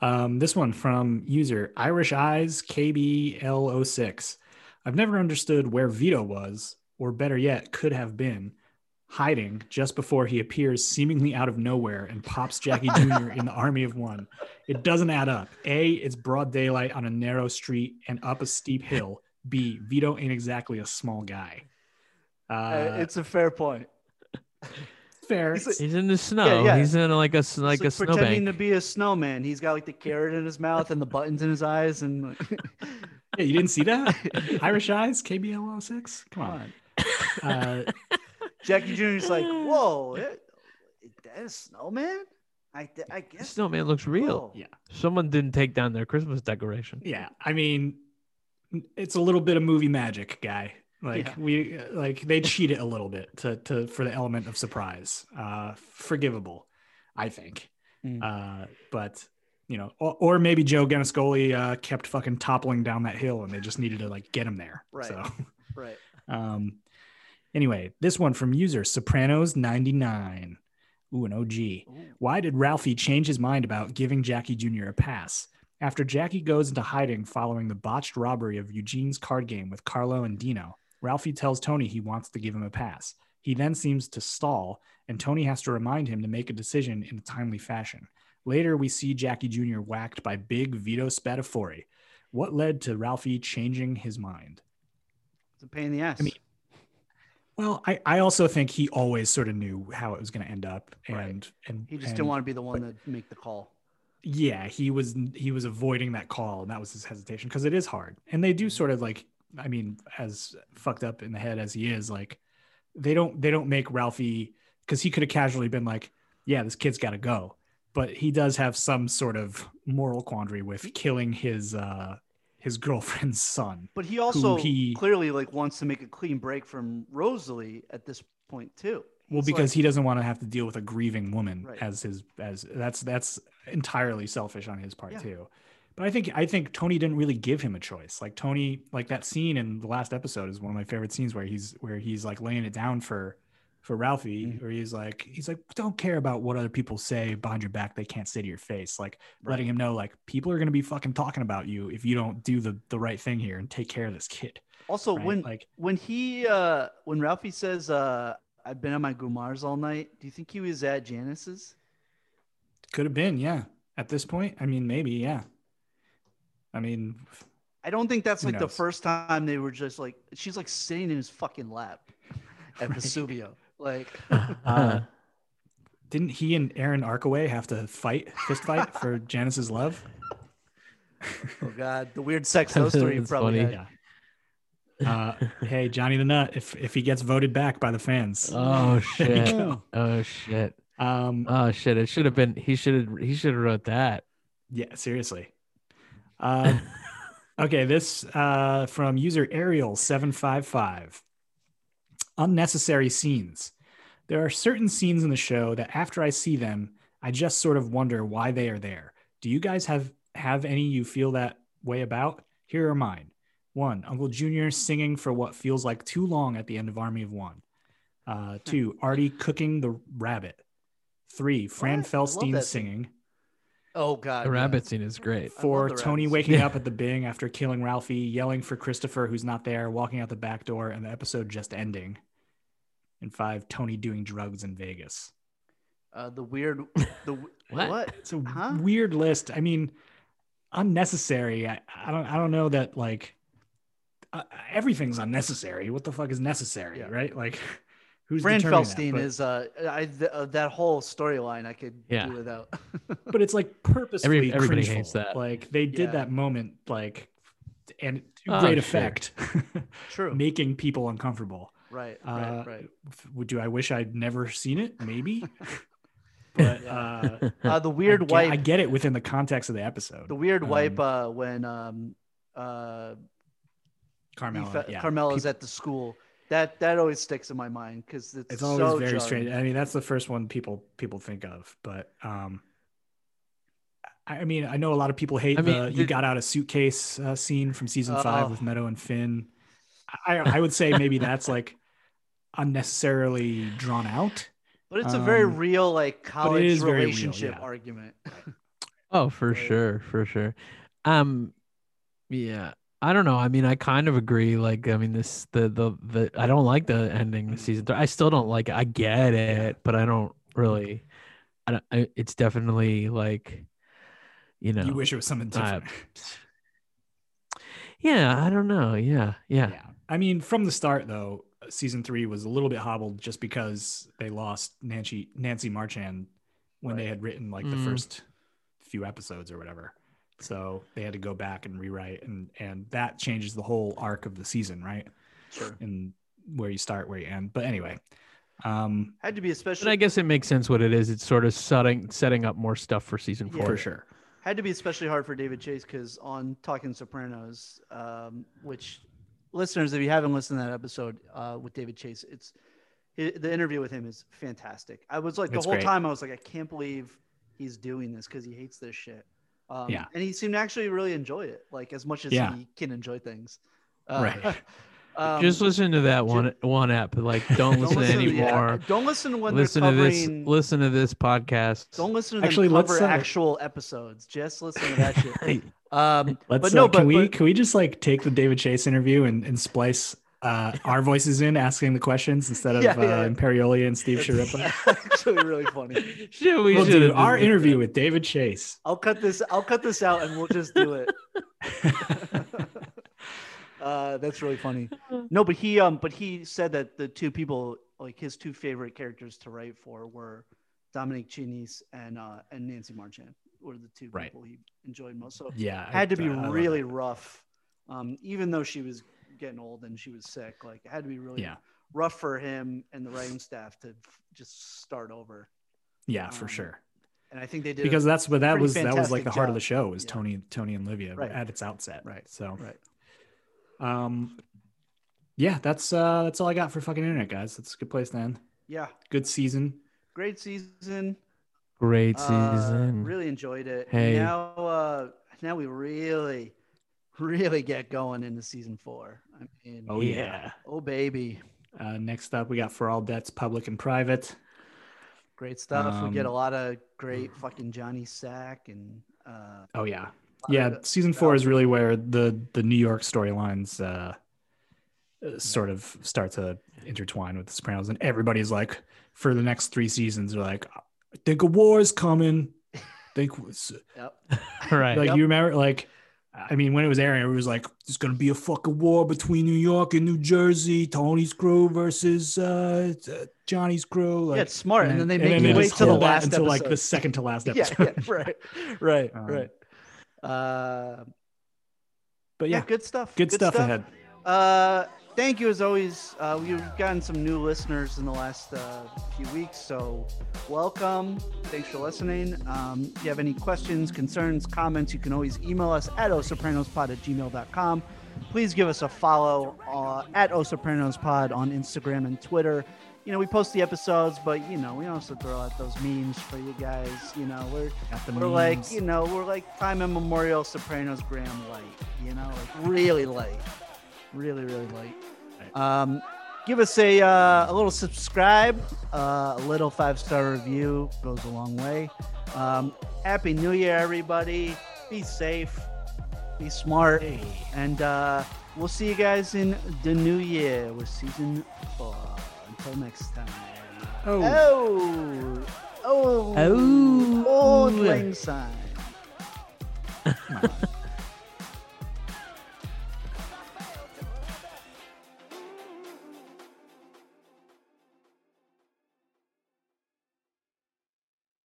Um, this one from user Irish Eyes KBL06. I've never understood where Vito was, or better yet, could have been hiding just before he appears seemingly out of nowhere and pops Jackie
*laughs*
Jr. in the army of one. It doesn't add up. A, it's broad daylight on a narrow street and up a steep hill. B, Vito ain't exactly a small guy.
uh,
Uh,
it's a fair point.
it's fair.
it's-
He's in the snow.
yeah.
He's in like a s- like
It's
a
pretending
snowbank.
to be a snowman. He's got like the carrot in his mouth and the buttons in his eyes, and
Yeah, you didn't see
*laughs*
that? Irish Eyes KBL06? Come on. Uh,
Jackie Jr.'s like, whoa, it, that is snowman. I, I
The
guess Oh,
snowman looks real.
so."
yeah.
Someone didn't take down their Christmas
*laughs*
decoration.
yeah i mean it's a little bit of movie magic guy like
Yeah.
we like they cheat it a little bit to to for the element of surprise uh forgivable i think
Mm.
Uh, but you know, or, or maybe Joe Ganascoli uh, kept fucking toppling down that hill, and they just needed to like get him there.
Right.
So,
Right.
um, anyway, this one from user Sopranos ninety nine. Ooh, an OG. Why did Ralphie change his mind about giving Jackie Jr. a pass? After Jackie goes into hiding following the botched robbery of Eugene's card game with Carlo and Dino, Ralphie tells Tony he wants to give him a pass. He then seems to stall, and Tony has to remind him to make a decision in a timely fashion. Later, we see Jackie Jr. whacked by big Vito Spatafori. What led to Ralphie changing his mind?
It's a pain in the ass.
I mean, Well, I, I also think he always sort of knew how it was going to end up, and
Right.
and
he just
and-
didn't want to be the one to make the call.
yeah he was he was avoiding that call and that was his hesitation because it is hard and they do sort of like i mean as fucked up in the head as he is like they don't they don't make ralphie because he could have casually been like yeah this kid's got to go but he does have some sort of moral quandary with killing his uh his girlfriend's son
But he also
he-
clearly like wants to make a clean break from Rosalie at this point too.
well
He's
because
like-
he doesn't want to have to deal with a grieving woman
Right.
as his as that's that's entirely selfish on his part
Yeah.
too but i think i think tony didn't really give him a choice like tony like that scene in the last episode is one of my favorite scenes where he's where he's like laying it down for for ralphie
Mm-hmm.
where he's like he's like don't care about what other people say behind your back they can't say to your face like letting him know like people are going to be fucking talking about you if you don't do the the right thing here and take care of this kid
also
right?
when
like
when he uh when Ralphie says uh I've been on my Gumars all night, do you think he was at Janice's?
Could have been, yeah. At this point, I mean, maybe, yeah. I mean,
I don't think that's
Who
like the
knows?
first time they were just like she's like sitting in his fucking lap
*laughs*
at Vesuvio. Like
uh, didn't he and Aaron Arkaway have to fight, fist fight for Janice's love?
oh god, the
*laughs*
weird sex those three
That's
probably
funny.
Yeah.
had.
Uh, hey, Johnny the Nut, if if he gets voted back by the fans,
Oh
there you
shit.
go.
Oh shit.
um,
Oh shit. It should have been he should have he should have wrote that.
yeah, seriously. Uh,
*laughs*
okay, this uh, from user Ariel seven five five. Unnecessary scenes. There are certain scenes in the show that after I see them, I just sort of wonder why they are there. Do you guys have have any you feel that way about? Here are mine. One, Uncle Junior singing for what feels like too long at the end of Army of One.
Hmm.
Uh, two, Artie cooking the rabbit. Three, Fran
What? I love
Felstein
that scene.
singing.
Oh god.
The
yeah.
rabbit scene is great.
love
for
the
Tony
rabbits.
waking
Yeah.
up at the Bing after killing Ralphie, yelling for Christopher, who's not there, walking out the back door, and the episode just ending. And five, Tony doing drugs in Vegas.
Uh,
*laughs*
the weird the
What?
what?
It's a
Huh?
weird list. I mean, unnecessary. I, I don't. I don't know that like uh, everything's unnecessary. What the fuck is necessary,
Yeah.
right? Like, *laughs* who's
Fran
determining that?
Felstein
But-
is uh, I, th- uh that whole storyline I could
Yeah.
do without. *laughs*
but it's like purposefully
everybody
cringeful.
hates that.
Like they did
Yeah.
that moment, like, and to
Oh,
great
sure.
effect, *laughs*
True.
making people uncomfortable.
right.
uh,
right. Right.
*laughs*
F- Do I wish I'd never seen it?
*laughs*
Maybe, but
Yeah.
uh,
Uh, the
I
weird
get-
wipe.
I get it within the context of the episode.
the weird
um,
wipe. Uh, when um uh
Carmela,
Carmel,
yeah.
Carmela's at the school. That that always sticks in my mind because it's,
it's always
so
very
jarring.
strange. I mean, that's the first one people people think of, but um, I I mean, I know a lot of people hate
I mean,
the "you
did-
got out a suitcase" uh, scene from season five
Oh.
with Meadow and Finn. I, I would say maybe that's like unnecessarily drawn out.
But it's a very
Um,
real like college
is very real,
relationship
yeah.
argument.
Oh, for sure, for sure. Um, yeah, I don't know. I mean, I kind of agree. Like, I mean, this the the the I don't like the ending the season three. I still don't like it. I get it, but I don't really. I don't. I, it's definitely like, you know.
You wish it was something
I-
different.
yeah, I don't know. Yeah, yeah,
Yeah. I mean, from the start though, season three was a little bit hobbled just because they lost Nancy Nancy Marchand when they had written like the
Mm.
first few episodes or whatever. So they had to go back and rewrite and and that changes the whole arc of the season, right?
Sure.
And where you start, where you end. But anyway. Um
*laughs* Had to be especially
And I guess it makes sense what it is. It's sort of setting setting up more stuff for season
Yeah.
four.
for sure.
had to be especially hard for David Chase because on Talking Sopranos, um, which listeners, if you haven't listened to that episode uh, with David Chase, it's i the interview with him is fantastic. I was like the
It's
whole
great.
time I was like, I can't believe he's doing this because he hates this shit. Um,
Yeah.
And he seemed to actually really enjoy it, like as much as
Yeah.
he can enjoy things. Uh,
Right.
*laughs* um,
just listen to that one one app.
*laughs*
Like, don't
don't
listen
listen to the-
anymore.
don't listen to when
listen
they're
to
covering.
this. Listen to this podcast.
Don't listen to
Actually,
them
let's,
cover
uh,
actual episodes. Just listen to that
*laughs*
shit. Um,
Let's.
but no,
uh,
but,
can we
but-
can we just like take the David Chase interview and, and splice uh, our voices in asking the questions instead *laughs* of
Yeah,
uh,
yeah.
Imperioli and Steve Sharippa?
*laughs* actually really funny.
*laughs* Shit, we
We'll
should
do our interview with David Chase.
I'll cut this. I'll cut this out, and we'll just
*laughs*
do it. Uh, that's really funny. No, but he um, but he said that the two people, like his two favorite characters to write for, were Dominic Chinis and uh and Nancy Marchand, were the two
Right.
people he enjoyed most. So
*laughs* yeah, I-
had to be
I love
really
it.
rough. Um, even though she was getting old and she was sick, like it had to be really
Yeah,
rough for him and the writing staff to f- just start over.
yeah, for
Um,
sure.
And I think they did
Because that's what that
pretty
was. That was like
fantastic
the heart of the
job.
show was
Yeah.
Tony, Tony and Livia
Right.
at its outset. Right. So,
Right.
um, yeah, that's uh, that's all I got for fucking internet guys. That's a good place to end.
yeah,
Good season.
great season.
Great
Uh,
season. *laughs*
really enjoyed it.
Hey.
Now, uh, now we really, really get going into season four. I mean,
Oh yeah.
oh baby,
Uh, next up, we got for all debts, public and private.
great stuff. we get a
Um,
lot of great fucking Johnny Sack and uh,
Oh yeah,
lot
yeah.
of-
Season four is really where the the New York storylines uh, uh, sort of start to intertwine with the Sopranos, and everybody's like, for the next three seasons, they're like, I think a war is coming.
*laughs*
Think
yep.
right.
like
Yep.
you remember like. I mean, when it was airing, everyone was like, "There's gonna be a fucking war between New York and New Jersey. Tony's crew versus uh, uh, Johnny's crew." Like,
yeah, it's smart. And, then they make
and
you
they
wait
just
till the
hold that
last
until
episode.
like the second to last
*laughs* yeah,
episode. *laughs*
yeah, right, right,
Um,
right. Uh,
But
yeah,
yeah,
good stuff.
good, stuff, ahead.
Uh, thank you as always. Uh, we've gotten some new listeners in the last uh, few weeks, so welcome. Thanks for listening. Um, if you have any questions, concerns, comments, you can always email us at osopranospod at gmail.com. Please give us a follow uh, at osopranospod on Instagram and Twitter. You know, we post the episodes, but you know, we also throw out those memes for you guys. You know, we're
Got the
we're like,
memes.
you know, we're like time immemorial Sopranos Graham light, you know, like really light, really, really light. Um, give us a uh, a little subscribe, uh, a little five star review goes a long way. Um, Happy New Year, everybody! Be safe, be smart, and uh, we'll see you guys in the new year with season four. Until next time.
Oh.
Oh. Oh.
Oh.
Old Lang Syne.